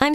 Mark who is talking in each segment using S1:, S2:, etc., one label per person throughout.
S1: I'm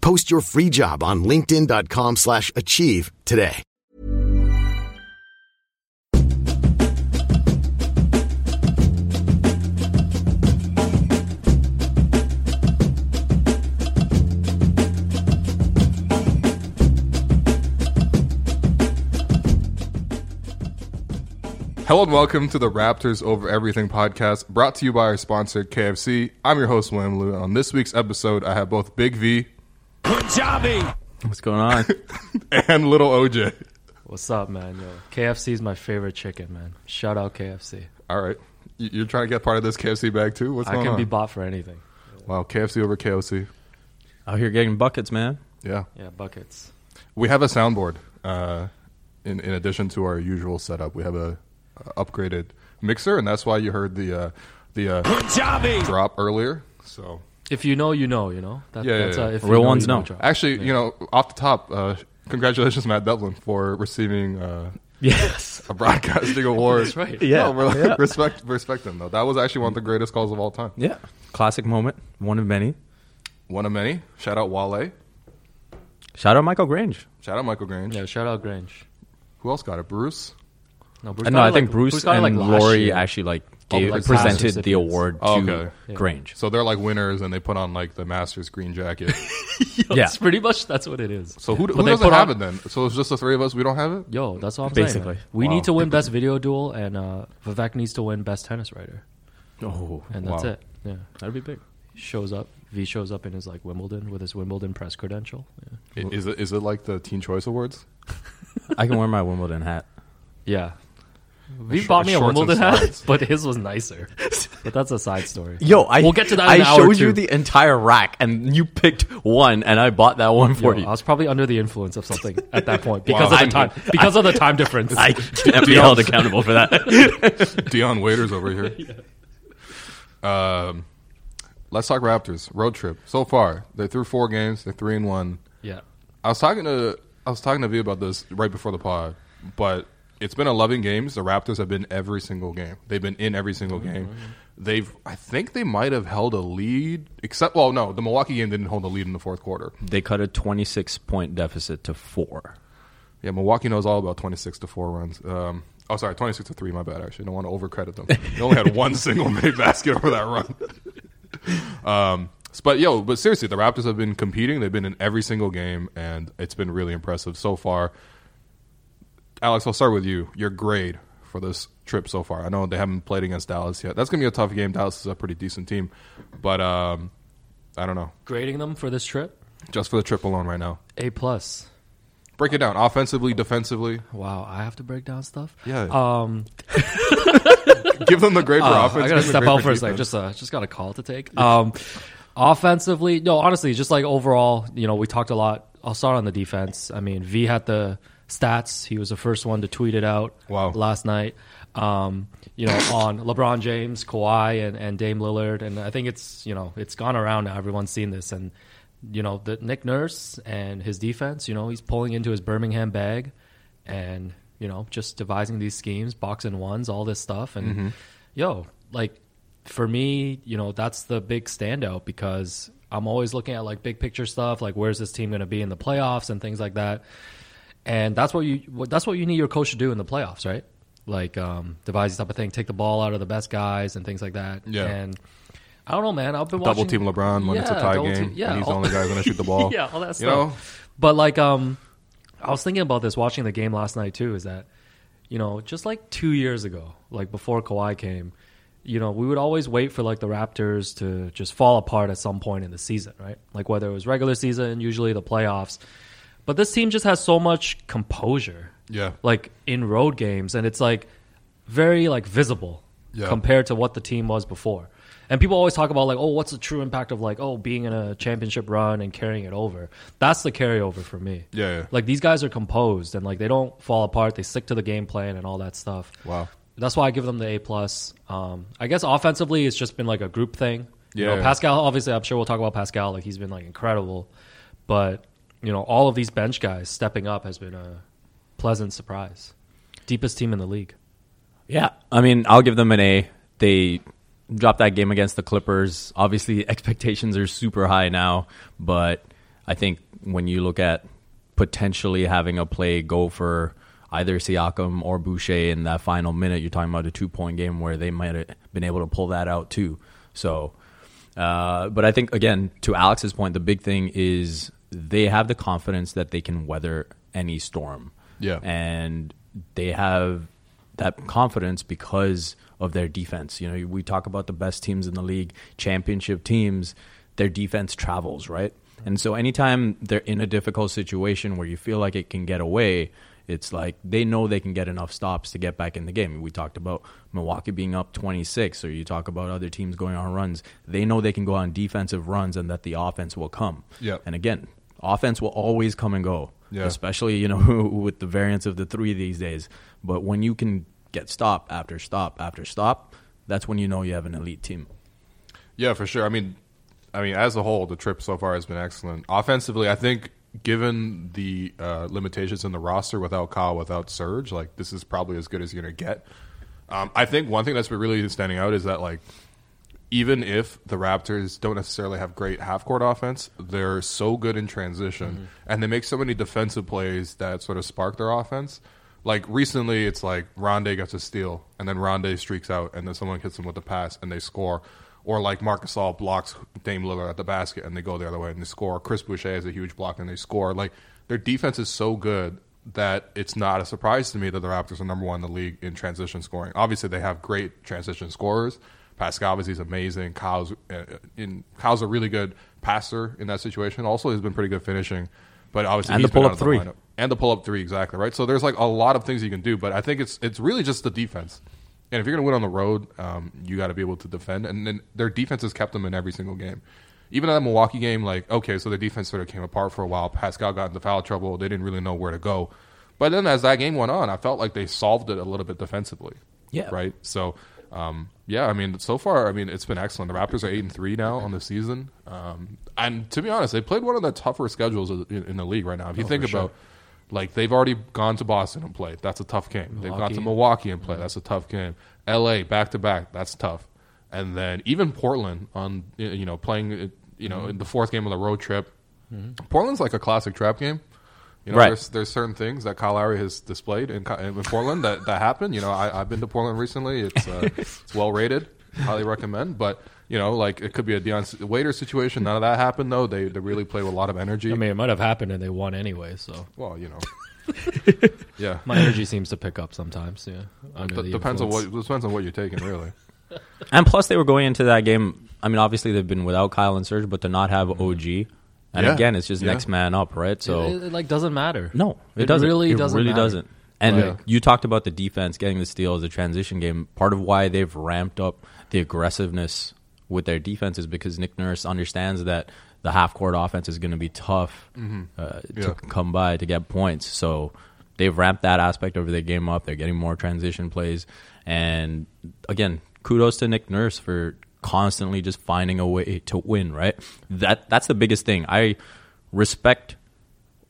S2: Post your free job on linkedin.com slash achieve today.
S3: Hello and welcome to the Raptors Over Everything podcast, brought to you by our sponsor, KFC. I'm your host, William Liu, and on this week's episode, I have both Big V
S4: Punjabi.
S5: What's going on?
S3: and Little OJ.
S5: What's up, man? Yo, KFC is my favorite chicken, man. Shout out KFC.
S3: All right. You- You're trying to get part of this KFC bag too? What's
S5: I
S3: going
S5: can
S3: on?
S5: be bought for anything.
S3: wow, KFC over KOC.
S6: Out here getting buckets, man.
S3: Yeah.
S5: Yeah, buckets.
S3: We have a soundboard uh, in, in addition to our usual setup. We have a, a upgraded mixer, and that's why you heard the, uh, the uh,
S4: Punjabi.
S3: drop earlier. So
S5: If you know, you know, you know. That,
S3: Yeah, yeah, yeah.
S5: if
S6: Real ones know.
S5: drop.
S3: Actually, you know, off the top, uh, congratulations, Matt Devlin, for receiving uh,
S6: Yes.
S3: a broadcasting award.
S5: That's right.
S6: Yeah.
S3: No, we're like, respect, respect them though. That was actually one of the greatest calls of all time.
S6: Yeah. Classic moment, one of many.
S3: One of many. Shout out Wale.
S6: Shout out Michael Grange.
S3: Shout out Michael Grange.
S5: Yeah, shout out Grange.
S3: Who else got it? Bruce.
S5: No, Bruce
S6: Uh, no,
S5: got it
S6: I think
S5: like-
S6: Bruce
S5: got it
S6: and
S5: like last
S6: Lori
S5: year.
S6: actually like,
S3: Oh,
S6: gave,
S3: like past
S6: presented the
S5: recipients.
S6: award
S3: Oh,
S6: to
S3: okay.
S6: Grange.
S3: So they're like winners, and they put on like the Masters green jacket.
S6: yeah.
S5: It's pretty much that's what it is.
S3: So who,
S5: But
S3: who
S5: they
S3: doesn't
S5: put
S3: have
S5: on-
S3: it then? So it's just the three of us. We don't have it.
S5: Yo, that's all I'm saying.
S6: Basically.
S5: man. we
S3: Wow.
S5: need to win best video duel, and uh, Vivek needs to win best tennis writer,
S6: Oh,
S5: and that's
S3: Wow.
S5: it. Yeah, that'd be big. Shows up. V shows up in his like Wimbledon with his Wimbledon press credential. Yeah,
S3: I- Is it is it like the Teen Choice Awards?
S6: I can wear my Wimbledon hat.
S5: yeah. V
S3: sh-
S5: bought me a
S3: shorts and
S5: Wimbledon hat,
S3: slides.
S5: but his was nicer. But that's a side story.
S6: Yo, I
S5: we'll get to that.
S6: I
S5: in an hour
S6: showed you
S5: two.
S6: the entire rack, and you picked one, and I bought that one
S5: Yo,
S6: for you.
S5: I was probably under the influence of something at that point because
S3: Wow.
S5: of the time because of the time difference.
S6: I can't be held accountable for that.
S3: Dion Waiters over here. Um, let's talk Raptors road trip. So far, they're through four games. They're three and one.
S5: yeah,
S3: I was talking to I was talking to V about this right before the pod, but it's been 11 games. The Raptors have been every single game. They've been in every single game. They've I think they might have held a lead except well no, the Milwaukee game didn't hold a lead in the fourth quarter.
S6: they cut a 26 point deficit to four.
S3: Yeah, Milwaukee knows all about 26 to 4 runs. Um Oh, sorry, 26 to 3, my bad, actually. I don't want to overcredit them. They only had one single made basket over that run. Um, s- but yo, but seriously, the Raptors have been competing. They've been in every single game, and it's been really impressive so far. Alex, I'll start with you. Your grade for this trip so far. I know they haven't played against Dallas yet. That's gonna be a tough game. Dallas is a pretty decent team, but um, I don't know.
S5: grading them for this trip,
S3: Just for the trip alone, right now,
S5: A plus.
S3: break it down offensively, defensively.
S5: Wow, I have to break down stuff.
S3: Yeah.
S5: Um, Uh,
S3: Give them the grade for offense. give
S5: I gotta
S3: them
S5: step
S3: the grade
S5: out for a second.
S3: defense.
S5: Just uh, just got a call to take. Um, offensively, no, honestly, just like overall, you know, we talked a lot. I'll start on the defense. I mean, V had the stats. He was the first one to tweet it out.
S3: Wow.
S5: last night. Um, you know, on LeBron James, Kawhi, and, and Dame Lillard, and I think it's you know it's gone around now. Everyone's seen this, and you know the Nick Nurse and his defense. You know, he's pulling into his Birmingham bag, and you know just devising these schemes, box and ones, all this stuff, and yo, like for me, you know, that's the big standout because I'm always looking at like big picture stuff, like where's this team going to be in the playoffs and things like that. And that's what you what- that's what you need your coach to do in the playoffs, right? Like um, devise this type of thing, take the ball out of the best guys and things like that.
S3: Yeah.
S5: And I don't know, man. I've been
S3: Double
S5: watching,
S3: team LeBron when it's a
S5: Yeah,
S3: tie
S5: double
S3: game.
S5: team- yeah,
S3: and he's
S5: all-
S3: the only guy who's gonna shoot the ball.
S5: yeah, all that stuff.
S3: You know?
S5: But like, um, I was thinking about this watching the game last night too. Is that you know just like two years ago, like before Kawhi came, you know we would always wait for like the Raptors to just fall apart at some point in the season, right? Like whether it was regular season, usually the playoffs. But this team just has so much composure,
S3: Yeah.
S5: like in road games, and it's like very like visible
S3: Yeah.
S5: compared to what the team was before. And people always talk about like, oh, what's the true impact of like, oh, being in a championship run and carrying it over. That's the carryover for me.
S3: Yeah, yeah.
S5: Like these guys are composed and like they don't fall apart. They stick to the game plan and all that stuff.
S3: Wow.
S5: That's why I give them the A plus. Um, I guess offensively, it's just been like a group thing. You
S3: Yeah.
S5: know, Pascal. Obviously, I'm sure we'll talk about Pascal. Like he's been like incredible, but you know, all of these bench guys stepping up has been a pleasant surprise. Deepest team in the league.
S6: Yeah, I mean, I'll give them an A. They dropped that game against the Clippers. Obviously, expectations are super high now, but I think when you look at potentially having a play go for either Siakam or Boucher in that final minute, you're talking about a two point game where they might have been able to pull that out too. So, uh, but I think again to Alex's point, the big thing is they have the confidence that they can weather any storm.
S3: Yeah.
S6: and they have that confidence because of their defense. You know, we talk about the best teams in the league, championship teams, their defense travels, right? And so anytime they're in a difficult situation where you feel like it can get away, it's like they know they can get enough stops to get back in the game. We talked about Milwaukee being up 26, or you talk about other teams going on runs. They know they can go on defensive runs and that the offense will come.
S3: Yep.
S6: And again, offense will always come and go,
S3: Yeah.
S6: especially you know with the variance of the three these days. But when you can get stop after stop after stop, that's when you know you have an elite team.
S3: Yeah, for sure. I mean, I mean, as a whole, the trip so far has been excellent. Offensively, I think given the uh, limitations in the roster without Kyle, without Surge, like this is probably as good as you're gonna get. Um, I think one thing that's been really standing out is that like even if the Raptors don't necessarily have great half court offense, they're so good in transition and they make so many defensive plays that sort of spark their offense. Like recently, it's like Rondé gets a steal and then Rondé streaks out and then someone hits him with a pass and they score. Or like Marcus All blocks Dame Lillard at the basket and they go the other way and they score. Chris Boucher has a huge block and they score. Like their defense is so good that it's not a surprise to me that the Raptors are number one in the league in transition scoring. Obviously, they have great transition scorers. Pascal obviously is amazing. Kyle's uh, in Kyle's a really good passer in that situation. Also, he's been pretty good finishing, but obviously
S6: And
S3: he's
S6: the
S3: been out
S6: pull-up
S3: of the
S6: three.
S3: lineup. and the pull up three exactly right. So there's like a lot of things you can do, but I think it's it's really just the defense. And if you're going to win on the road, um, you got to be able to defend. And then their defense has kept them in every single game. Even in that Milwaukee game, like okay, so their defense sort of came apart for a while. Pascal got into foul trouble. They didn't really know where to go. But then as that game went on, I felt like they solved it a little bit defensively.
S6: Yeah.
S3: Right. So, um, yeah, I mean, so far, I mean, it's been excellent. The Raptors are eight and three now on the season, um, and to be honest, they played one of the tougher schedules in, in the league right now. If you think about, like, they've already gone to Boston and played. That's a tough game. They've gone to Milwaukee and played. That's a tough game. L.A. back to back. That's tough. And then even Portland on you know playing you know in the fourth game of the road trip. Portland's like a classic trap game. You know,
S6: Right.
S3: there's, there's certain things that Kyle Lowry has displayed in, Ki- in Portland that, that happen. You know, I, I've been to Portland recently. It's uh, it's well rated, highly recommend. But you know, like it could be a Deion Waiter situation. None of that happened though. They they really play with a lot of energy.
S5: I mean, it might have happened and they won anyway. So
S3: well, you know, yeah,
S5: my energy seems to pick up sometimes. Yeah, under
S3: D-
S5: the
S3: depends on
S5: influence.
S3: what depends on what you're taking really.
S6: And plus, they were going into that game. I mean, obviously they've been without Kyle and Serge, but to not have OG, and
S3: Yeah.
S6: again, it's just
S3: Yeah.
S6: next man up, right? So
S5: it, it, like doesn't matter.
S6: No, it,
S5: It
S6: doesn't.
S5: really
S6: it
S5: doesn't
S6: Really
S5: matter.
S6: doesn't. And
S3: Like-
S6: you talked about the defense getting the steal as a transition game. Part of why they've ramped up the aggressiveness with their defense is because Nick Nurse understands that the half court offense is going to be tough
S5: Mm-hmm.
S6: uh,
S3: Yeah.
S6: to come by to get points. So they've ramped that aspect of their game up. They're getting more transition plays, and again, kudos to Nick Nurse for constantly just finding a way to win. Right, that that's the biggest thing. I respect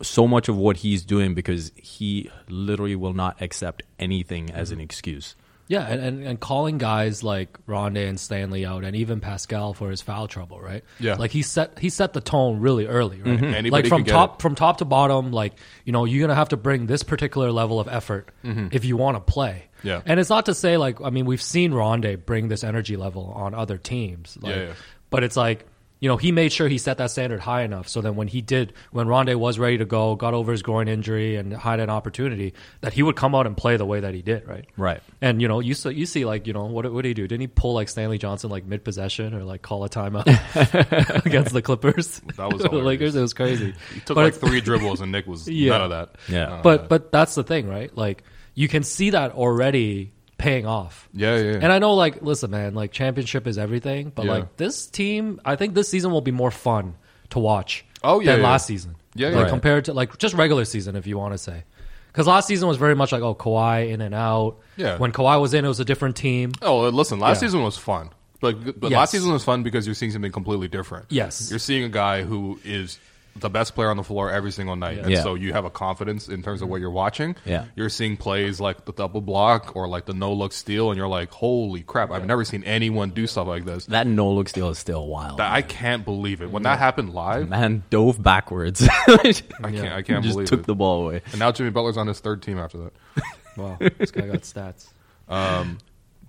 S6: so much of what he's doing because he literally will not accept anything as an excuse.
S5: Yeah, and, and, and calling guys like Rondé and Stanley out, and even Pascal for his foul trouble, right?
S3: Yeah. Mm-hmm.
S5: like he set he set the tone really early, right?
S3: Anybody
S5: Like from
S3: could get
S5: top from top to bottom, like you know you're gonna have to bring this particular level of effort if you want to play.
S3: Mm-hmm. Yeah.
S5: and it's not to say like I mean we've seen Rondé bring this energy level on other teams, like,
S3: Yeah, yeah.
S5: but it's like. You know, he made sure he set that standard high enough so then when he did, when Rondé was ready to go, got over his groin injury and had an opportunity, that he would come out and play the way that he did, right?
S6: Right.
S5: And you know, you see, you see, like you know, what what did he do? Didn't he pull like Stanley Johnson like mid possession or like call a timeout against the Clippers?
S3: That was
S5: the Lakers.
S3: hilarious.
S5: It was crazy.
S3: He took
S5: But
S3: like
S5: it-
S3: three dribbles, and Nick was
S5: Yeah.
S3: none of that.
S6: Yeah.
S3: None of
S5: but
S3: that.
S5: but that's the thing, right? Like you can see that already paying off.
S3: yeah, yeah, yeah.
S5: And I know, like, listen, man, like championship is everything, but
S3: Yeah.
S5: like this team, I think this season will be more fun to watch.
S3: Oh, yeah,
S5: than
S3: yeah.
S5: last season.
S3: Yeah,
S5: like
S3: yeah. Right.
S5: compared to like just regular season, if you want to say, because last season was very much like oh Kawhi in and out.
S3: Yeah.
S5: when Kawhi was in, it was a different team.
S3: Oh, listen, last
S5: Yeah.
S3: season was fun. But, but
S5: Yes.
S3: last season was fun because you're seeing something completely different.
S5: Yes.
S3: You're seeing a guy who is the best player on the floor every single night. And
S6: Yeah.
S3: so you have a confidence in terms of what you're watching.
S6: Yeah.
S3: You're seeing plays like the double block or like the no look steal, and you're like, holy crap, I've never seen anyone do stuff like this.
S6: That no look steal is still wild.
S3: That- I can't believe it. When that happened live,
S6: Man dove backwards. I
S3: I can't, I can't
S6: just
S3: believe
S6: took
S3: it.
S6: the ball away.
S3: and now Jimmy Butler's on his third team after that.
S5: Wow, this guy got stats.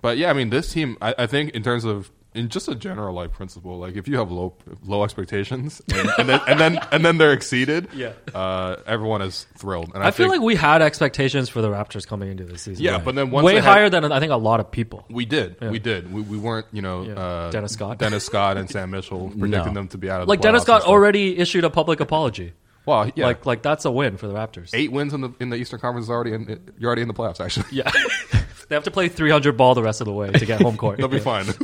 S3: But yeah, I mean, this team, I, I think, in terms of in just a general like principle, like if you have low low expectations and, and then and then and then they're exceeded,
S5: Yeah.
S3: uh, everyone is thrilled. And I,
S5: I feel
S3: think-
S5: like we had expectations for the Raptors coming into this season.
S3: Yeah, but then once
S5: way
S3: they had-
S5: higher than I think a lot of people.
S3: we did, we did, we, we weren't, you know,
S5: Yeah.
S3: uh,
S5: Dennis Scott.
S3: Dennis Scott, and Sam Mitchell predicting
S6: No.
S3: them to be out of the
S5: Like Dennis
S3: playoffs
S5: got
S3: and stuff.
S5: already issued a public apology.
S3: Well, yeah,
S5: Like like that's a win for the Raptors.
S3: eight wins in the in the Eastern Conference is already in, you're already in the playoffs. Actually,
S5: Yeah. they have to play 300 ball the rest of the way to get home court.
S3: they'll be fine.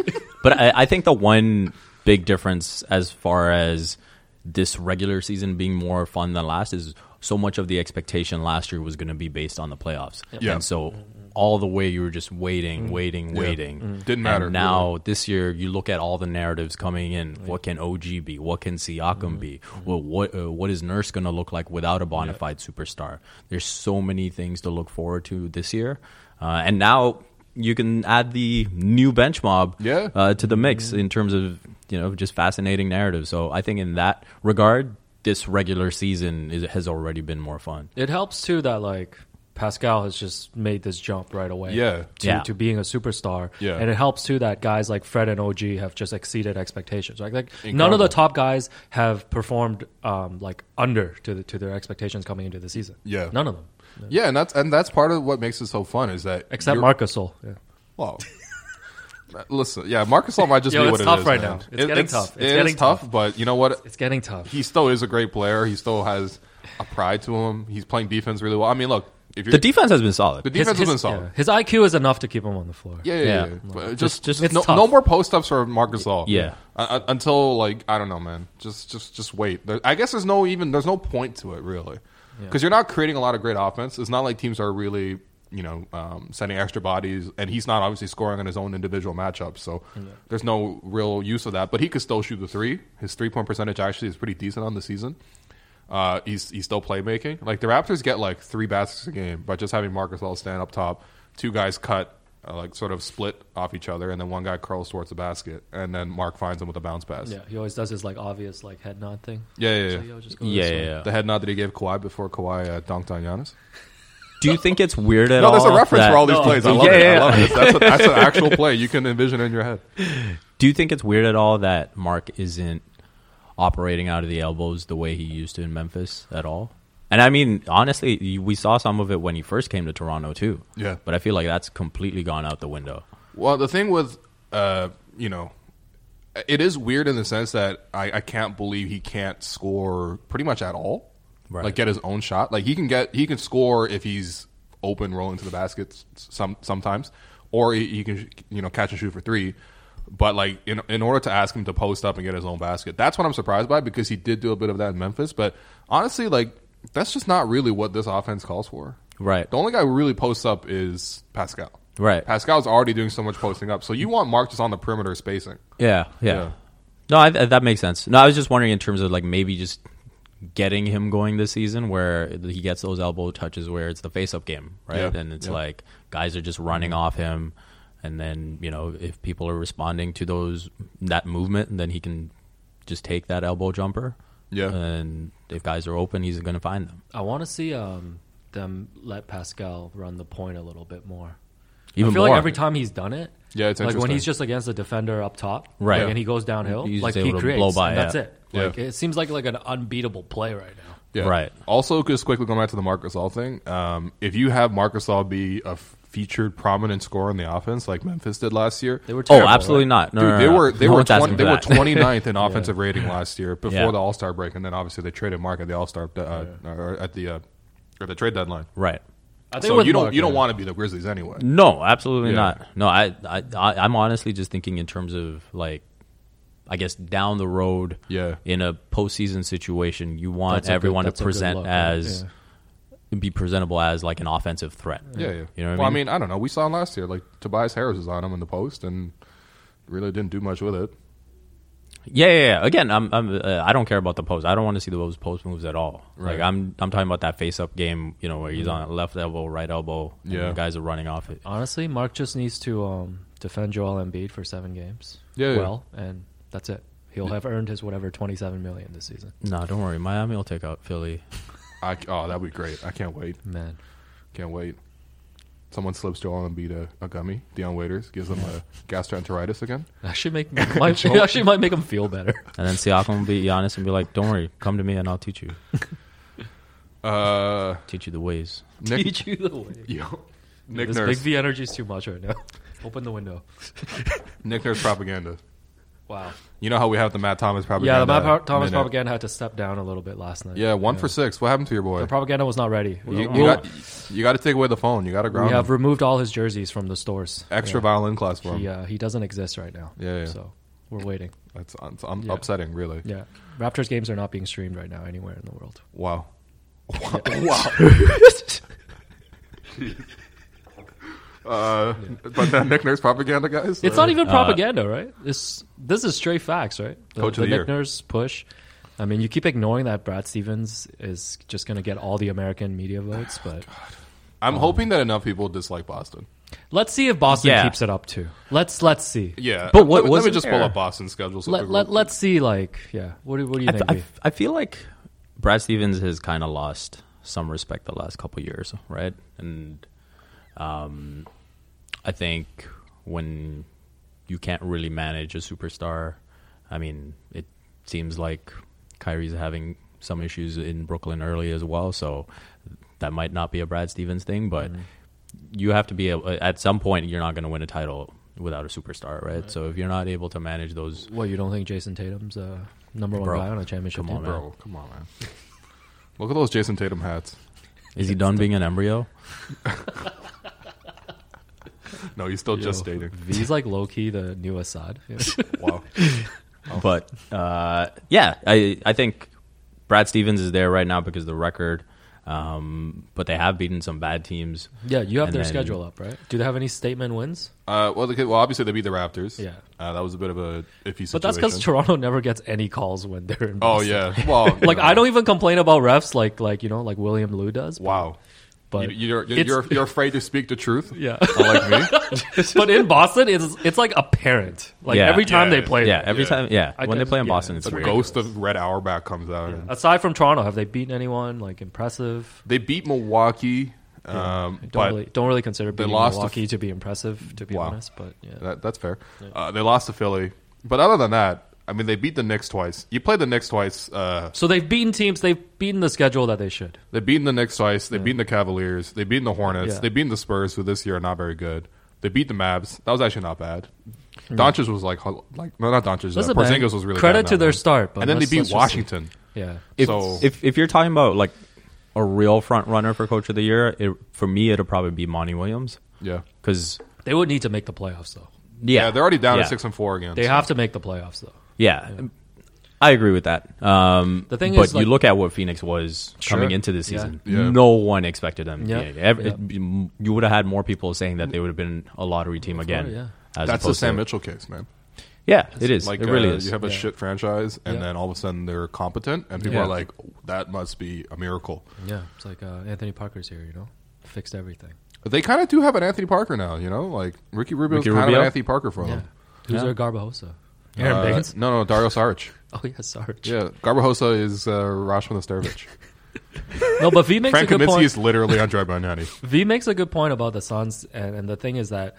S6: But I, I think the one big difference as far as this regular season being more fun than last is so much of the expectation last year was going to be based on the playoffs.
S3: Yeah. Mm.
S6: And so all the way you were just waiting, waiting, waiting.
S3: Didn't matter,
S6: And now Oh, this year you look at all the narratives coming in. What can OG be? What can Siakam
S3: Mm-hmm.
S6: be? Well, what uh, what is Nurse going to look like without a bona fide superstar? There's so many things to look forward to this year. Uh, and now you can add the new bench mob
S3: Yeah. Mm-hmm.
S6: uh, to the mix in terms of you know just fascinating narrative. So I think in that regard, this regular season is, has already been more fun.
S5: It helps too that like Pascal has just made this jump right away.
S3: Yeah.
S5: To,
S6: Yeah.
S5: to being a superstar.
S3: Yeah.
S5: And it helps too that guys like Fred and OG have just exceeded expectations. Like, like none of the top guys have performed um, like under to the, to their expectations coming into the season.
S3: Yeah.
S5: None of them.
S3: yeah, and that's and that's part of what makes it so fun is that
S5: Except
S3: you're-
S5: Marcus Sol. Yeah.
S3: Well, listen, yeah, Marcus All might just
S5: Yo,
S3: be
S5: it's
S3: what it
S5: tough
S3: is
S5: right
S3: man.
S5: now. It's
S3: It-
S5: getting tough. It's
S3: it is
S5: getting
S3: tough,
S5: tough.
S3: but you know what?
S5: It's getting tough.
S3: He still is a great player. He still has a pride to him. He's playing defense really well. I mean, look, if you're
S6: The defense has been solid.
S3: the defense
S5: his,
S3: has been solid.
S5: yeah. His IQ is enough to keep him on the floor.
S3: Yeah, yeah, yeah.
S6: Yeah.
S3: But Just,
S6: just-
S3: just,
S5: it's
S3: no,
S5: tough.
S3: no more post ups for Marcus All.
S6: Yeah.
S3: until like I don't know, man. Just, just, just wait. There, I guess there's no even there's no point to it really, because you're not creating a lot of great offense. It's not like teams are really you know um, sending extra bodies, and he's not obviously scoring in his own individual matchups. So there's no real use of that. But he could still shoot the three. His three point percentage actually is pretty decent on the season. Uh, he's he's still playmaking. Like the Raptors get like three baskets a game by just having Marcus all stand up top, two guys cut, uh, like sort of split off each other, and then one guy curls towards the basket, and then Mark finds him with a bounce pass.
S5: Yeah, he always does his like obvious like head nod thing.
S3: Yeah, yeah, yeah.
S5: Yo, just go
S6: yeah,
S5: this way.
S6: yeah, yeah.
S3: The head nod that he gave Kawhi before Kawhi uh, dunked on Giannis.
S6: Do you think it's weird at
S3: No,
S6: all?
S3: there's a reference
S6: that-
S3: for all these plays. I love
S6: Yeah,
S3: it.
S6: yeah,
S3: I love it. That's, a, that's an actual play you can envision in your head.
S6: Do you think it's weird at all that Mark isn't operating out of the elbows the way he used to in Memphis at all? And I mean, honestly, you- we saw some of it when he first came to Toronto too.
S3: Yeah.
S6: but I feel like that's completely gone out the window.
S3: Well, the thing with, uh, you know, it is weird in the sense that I, I can't believe he can't score pretty much at all.
S6: Right.
S3: Like get his own shot. Like he can get he can score if he's open, rolling to the basket s- some sometimes, or he, he can sh- you know catch and shoot for three. But like in in order to ask him to post up and get his own basket, that's what I'm surprised by because he did do a bit of that in Memphis. But honestly, like that's just not really what this offense calls for.
S6: Right.
S3: The only guy who really posts up is Pascal.
S6: Right.
S3: Pascal's already doing so much posting up, so you want Mark just on the perimeter spacing.
S6: Yeah, yeah.
S3: Yeah.
S6: No, I, that makes sense. No, I was just wondering in terms of like maybe just getting him going this season where he gets those elbow touches where it's the face up game, right?
S3: Yeah.
S6: And it's
S3: Yeah. Mm-hmm.
S6: like guys are just running off him and then, you know, if people are responding to those that movement, then he can just take that elbow jumper.
S3: Yeah.
S6: And if guys are open, he's going to find them.
S5: I want to see um, them let Pascal run the point a little bit more.
S6: Even
S5: I feel
S6: more.
S5: like every time he's done it,
S3: Yeah, it's
S5: like when
S3: interesting.
S5: he's just against a defender up top,
S6: Right.
S5: like, and he goes downhill,
S6: He's
S5: like
S6: just
S5: he
S6: able to
S5: creates,
S6: blow by,
S5: and that's
S6: yeah.
S5: it. Like
S3: Yeah.
S5: it seems like like an unbeatable play right now.
S3: Yeah.
S6: Right.
S3: Also, just quickly going back to the Marcus All thing, um, if you have Marcus All be a f- featured prominent scorer in the offense like Memphis did last year,
S5: They were
S6: Oh,
S5: terrible,
S6: absolutely not.
S5: right?
S6: No,
S3: Dude,
S6: no,
S3: they
S6: no, no.
S3: were they
S6: No
S3: were
S6: one's
S3: 20,
S6: asking
S3: they
S6: for
S3: were
S6: that.
S3: 29th in offensive rating last year before
S6: Yeah.
S3: the All Star break, and then obviously they traded Mark at the All Star uh, or at the uh, or the trade deadline.
S6: right.
S5: I think
S3: So
S5: with
S3: you don't
S5: Mark-
S3: you don't want to be the Grizzlies anyway.
S6: No, absolutely
S3: Yeah.
S6: not. No, I, I, I, I'm honestly just thinking in terms of like, I guess down the road,
S3: Yeah.
S6: in a postseason situation, you want
S5: That's a good-
S6: everyone
S5: that's
S6: to
S5: a good
S6: present
S5: look, right?
S6: as, be presentable as like an offensive threat.
S3: Yeah, yeah.
S6: You know what
S3: well,
S6: I mean?
S3: I mean, I don't know. We saw him last year. Like Tobias Harris was on him in the post, and really didn't do much with it.
S6: Yeah, yeah, yeah. Again, I'm, I'm, uh, I don't care about the post. I don't want to see those post moves at all.
S3: Right.
S6: Like I'm, I'm talking about that face up game. You know, where he's on left elbow, right elbow. and
S3: Yeah.
S6: the guys are running off it.
S5: Honestly, Mark just needs to um, defend Joel Embiid for seven games.
S3: Yeah, yeah.
S5: well, and that's it. He'll have earned his whatever twenty-seven million this season.
S6: No, don't worry. Miami will take out Philly.
S3: I, oh, that'd be great. I can't wait.
S5: Man,
S3: Can't wait. Someone slips Joel Embiid a, a gummy. Dion Waiters gives him a gastroenteritis again.
S5: actually make might, actually might make him feel better.
S6: And then Siakam will be honest and be like, "Don't worry, come to me and I'll teach you,
S3: Uh,
S6: teach you the ways."
S3: Nick,
S5: Teach you the way.
S3: yo, Nick
S5: this
S3: Nurse,
S5: Big V energy is too much right now. Open the window.
S3: Nick Nurse propaganda.
S5: Wow.
S3: You know how we have the Matt Thomas propaganda.
S5: Yeah, the Matt Pro- Thomas
S3: minute.
S5: propaganda had to step down a little bit last night.
S3: Yeah, one for six. What happened to your boy?
S5: The propaganda was not ready.
S3: you, you
S5: We'll-
S3: got, you got to take away the phone. You got to
S5: we
S3: ground
S5: have
S3: him.
S5: removed all his jerseys from the stores.
S3: extra violin class for him.
S5: He, uh, he doesn't exist right now.
S3: Yeah, yeah.
S5: So we're waiting.
S3: That's un- it's un-
S5: Yeah.
S3: upsetting, really.
S5: Yeah. Raptors games are not being streamed right now anywhere in the world.
S3: Wow. Wow. wow. uh, But that Nick Nurse propaganda, guys?
S5: It's not even propaganda, right? This this is straight facts, right? The,
S3: Coach of
S5: the
S3: the
S5: Nick
S3: year.
S5: Nurse push. I mean, you keep ignoring that Brad Stevens is just going to get all the American media votes, but
S3: I'm hoping that enough people dislike Boston.
S5: let's see if Boston
S6: Yeah.
S5: keeps it up too. Let's let's see.
S3: Yeah.
S6: But
S3: let, me- let
S6: what
S3: me
S6: wasn't
S3: just
S6: there?
S3: pull up Boston's schedule. So
S5: Let,
S3: people-
S5: let let's see. Like, yeah. What do what do you
S6: I,
S5: think?
S6: f- I
S5: V?
S6: f- I feel like Brad Stevens has kind of lost some respect the last couple years, right? And um, I think when you can't really manage a superstar, I mean, it seems like Kyrie's having some issues in Brooklyn early as well, so that might not be a Brad Stevens thing, but you have to be able, at some point you're not going to win a title without a superstar, right? So if you're not able to manage those
S5: Well, you don't think Jason Tatum's uh, number one
S6: Bro,
S5: guy on a championship
S6: come on,
S5: team?
S6: man.
S3: Bro, Oh, come on, man. Look at those Jason Tatum hats.
S6: Is he done being an embryo?
S3: No, he's still just dating.
S5: He's like low key the new Assad. Yeah.
S3: Wow. Oh.
S6: But uh, yeah, I I think Brad Stevens is there right now because of the record. Um, but they have beaten some bad teams.
S5: Yeah, you have
S6: And
S5: their
S6: then-
S5: schedule up, right? Do they have any statement wins?
S3: Uh, well, the, well, obviously they beat the Raptors.
S5: Yeah.
S3: Uh, that was a bit of a iffy situation.
S5: But that's because Toronto never gets any calls when they're in.
S3: Oh,
S5: Boston.
S3: yeah. Well,
S5: Like
S3: you
S5: I
S3: know,
S5: don't even complain about refs, like like you know, like William Lou does.
S3: Wow.
S5: But
S3: you, you're, you're,
S5: it's-
S3: you're, you're afraid to speak the truth?
S5: Yeah.
S3: Unlike me?
S5: but in Boston, it's it's like apparent. Like
S6: Yeah.
S5: every time
S3: Yeah.
S5: they play,
S6: Yeah,
S5: them.
S6: every
S3: Yeah.
S6: time. Yeah,
S5: I
S6: when they
S5: just-
S6: play in
S5: yeah,
S6: Boston, it's
S3: The
S6: weird.
S3: ghost of Red Auerbach comes out. and-
S5: Aside from Toronto, have they beaten anyone like impressive?
S3: They beat Milwaukee, um,
S5: Don't
S3: but
S5: really don't really consider beating
S3: lost to-
S5: Milwaukee to be impressive, to be
S3: Wow.
S5: honest. But yeah,
S3: that, that's fair. Uh, they lost to Philly, but other than that, I mean, they beat the Knicks twice. You played the Knicks twice. Uh,
S5: so they've beaten teams. They've beaten the schedule that they should.
S3: they beat the Knicks twice. They beat the Cavaliers. They beat the Hornets.
S5: Yeah.
S3: They beat the Spurs, who this year are not very good. They beat the Mavs. That was actually not bad. Doncic was like, ho- like no, not Doncic. Uh,
S5: Listen, man,
S3: Porzingis was really
S5: credit
S3: bad
S5: to
S3: in that
S5: their
S3: one.
S5: start, but
S3: and then they
S5: let's- let's
S3: beat
S5: just-
S3: Washington.
S5: Yeah,
S6: If,
S3: So-
S6: if if you're talking about like a real front runner for coach of the year, it, for me it'll probably be Monty Williams
S3: Yeah.
S6: because
S5: they would need to make the playoffs though.
S6: yeah,
S3: yeah, they're already down
S6: yeah.
S3: to six and four again.
S5: They have to make the playoffs though.
S6: Yeah. I agree with that. Um,
S5: The thing
S6: but
S5: is, like-
S6: you look at what Phoenix was
S5: Sure.
S6: coming into this
S5: Yeah.
S6: season.
S3: Yeah.
S6: No one expected them.
S5: Yeah.
S6: Yeah. Every, You would have had more people saying that they would have been a lottery team again.
S5: yeah.
S6: as
S3: That's the
S6: opposed
S3: Sam
S6: to-
S3: Mitchell case, man.
S6: Yeah, it is.
S3: Like
S6: it really
S3: uh,
S6: is.
S3: You have a shit franchise, and
S5: Yeah.
S3: then all of a sudden they're competent, and people
S6: Yeah.
S3: are like, "Oh, "That must be a miracle."
S5: Yeah, it's like uh, Anthony Parker's here, you know, fixed everything.
S3: They kind of do have an Anthony Parker now, you know. Like Ricky Rubio's
S6: Ricky
S3: kind of
S6: Rubio?
S3: an Anthony Parker for
S5: Oh. Yeah.
S3: them.
S5: Who's
S6: Yeah.
S5: our Garbahosa?
S3: Uh, no, no, Dario Saric.
S5: Oh yeah, Sarge.
S3: Yeah, Garbajosa is uh, Rashman Starvich.
S5: No, but V makes
S3: Frank
S5: a good
S3: Kaminsky
S5: point.
S3: is literally on Drive by Natty.
S5: V makes a good point about the Suns, and, and the thing is that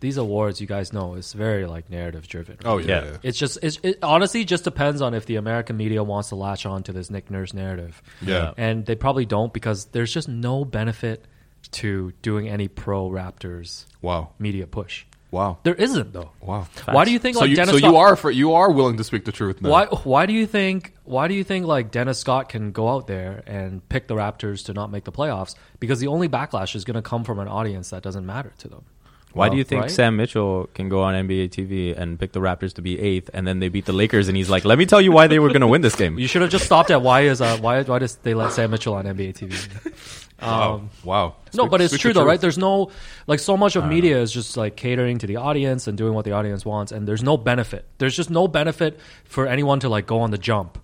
S5: these awards, you guys know, is very like narrative driven.
S3: Oh yeah,
S6: Yeah.
S3: yeah.
S5: It's just it's, it honestly just depends on if the American media wants to latch on to this Nick Nurse narrative.
S3: Yeah.
S5: and they probably don't because there's just no benefit to doing any pro Raptors
S3: Wow,
S5: media push.
S3: wow,
S5: There isn't though.
S3: wow.
S5: Why do you think
S3: so
S5: like
S3: you,
S5: Dennis?
S3: so
S5: Scott-
S3: you are for, you are willing to speak the truth now.
S5: Why why do you think why do you think like Dennis Scott can go out there and pick the Raptors to not make the playoffs? Because the only backlash is going to come from an audience that doesn't matter to them.
S6: Why do you think
S5: right?
S6: Sam Mitchell can go on NBA TV and pick the Raptors to be eighth, and then they beat the Lakers, and he's like, "Let me tell you why they were going to win this game."
S5: You should have just stopped at why is uh, why why does they let Sam Mitchell on NBA TV?
S3: Wow, wow.
S5: No,
S3: Speak-
S5: but it's
S3: speak
S5: true
S3: the
S5: though,
S3: truth. Uh.
S5: right? There's no like so much of media is just like catering to the audience and doing what the audience wants, and there's no benefit. There's just no benefit for anyone to like go on the jump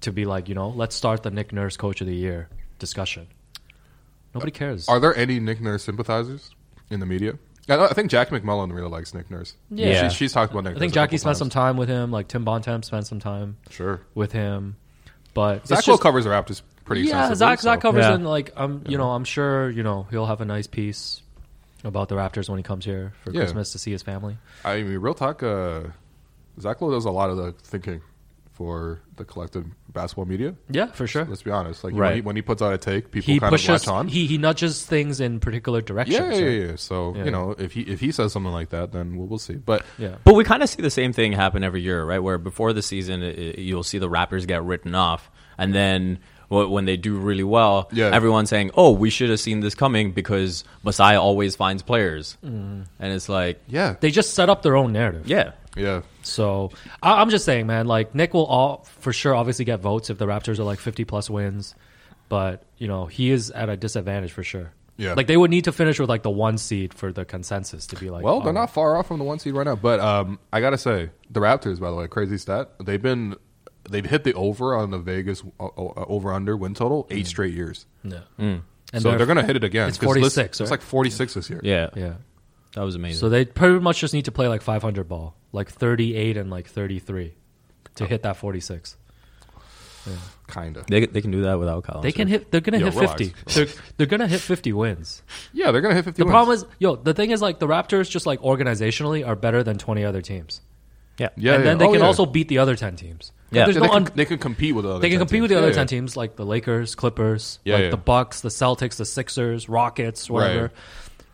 S5: to be like you know let's start the Nick Nurse Coach of the Year discussion. Nobody cares.
S3: Are there any Nick Nurse sympathizers in the media? I, I think Jack McMullen really likes Nick Nurse.
S5: Yeah.
S3: She, she's talked about Nick.
S5: I think
S3: Nurse a
S5: Jackie
S3: couple
S5: spent
S3: times.
S5: some time with him. Like Tim Bontemp spent some time
S3: Sure.
S5: with him. But
S3: Zach
S5: it's
S3: Lowe
S5: just-
S3: covers the Raptors pretty
S5: yeah,
S3: extensively.
S5: Zach
S3: so-
S5: Zach covers
S6: Yeah.
S5: in like um you know I'm sure you know he'll have a nice piece about the Raptors when he comes here for
S3: Yeah.
S5: Christmas to see his family.
S3: I mean, real talk. Uh, Zach Lowe does a lot of the thinking for the collective basketball media.
S5: Yeah, for sure.
S3: Let's be honest. Like when,
S6: Right.
S3: he, when he puts out a take, people
S5: He
S3: kind
S5: pushes
S3: of latch on.
S5: he he nudges things in particular directions.
S3: yeah, yeah,
S5: right?
S3: yeah, yeah. So
S5: Yeah.
S3: you know, if he if he says something like that, then we'll, we'll see. But
S5: Yeah.
S6: But we kind of see the same thing happen every year, right? Where before the season, i- i you'll see the rappers get written off, and then wh- when they do really well,
S3: Yeah.
S6: everyone's saying, "Oh, we should have seen this coming because Masai always finds players,"
S5: Mm-hmm.
S6: and it's like,
S3: yeah,
S5: They just set up their own narrative.
S6: yeah,
S3: yeah.
S5: So I, I'm just saying, man. Like Nick will all for sure, obviously get votes if the Raptors are like 50 plus wins, but you know he is at a disadvantage for sure.
S3: Yeah.
S5: like they would need to finish with like the one seed for the consensus to be like.
S3: Well,
S5: oh,
S3: they're not far off from the one seed right now. But um, I gotta say, the Raptors, by the way, crazy stat. They've been they've hit the over on the Vegas uh, over under win total eight straight years.
S5: Yeah.
S3: Mm.
S5: And
S3: so
S5: they're-
S3: they're, gonna hit it again.
S5: it's
S3: 'cause listen,
S5: 46,
S3: It's
S5: right?
S3: like forty six this year.
S6: yeah,
S5: Yeah.
S6: That was amazing.
S5: So they pretty much just need to play like 500 ball, like 38 and like 33,
S3: Oh.
S5: to hit that 46.
S3: kinda.
S6: they they can do that without Colin.
S5: They can hit. They're gonna
S3: Yo,
S5: hit 50.
S3: relax.
S5: They're, they're gonna hit 50 wins.
S3: Yeah, they're gonna hit fifty.
S5: The problem is, yo, the thing is, like the Raptors, just like organizationally, are better than 20 other teams.
S6: yeah,
S3: yeah,
S5: and
S3: yeah.
S5: then they
S3: Oh,
S5: can
S3: yeah.
S5: also beat the other 10 teams. Like,
S6: Yeah.
S5: there's
S3: Yeah,
S5: no
S3: they,
S5: un-
S3: can, they can compete with the other.
S5: they can
S3: 10
S5: compete with the
S3: teams.
S5: other
S3: Yeah,
S5: 10
S3: yeah.
S5: teams like the Lakers, Clippers,
S3: Yeah,
S5: like
S3: yeah.
S5: the Bucks, the Celtics, the Sixers, Rockets, whatever.
S3: Right.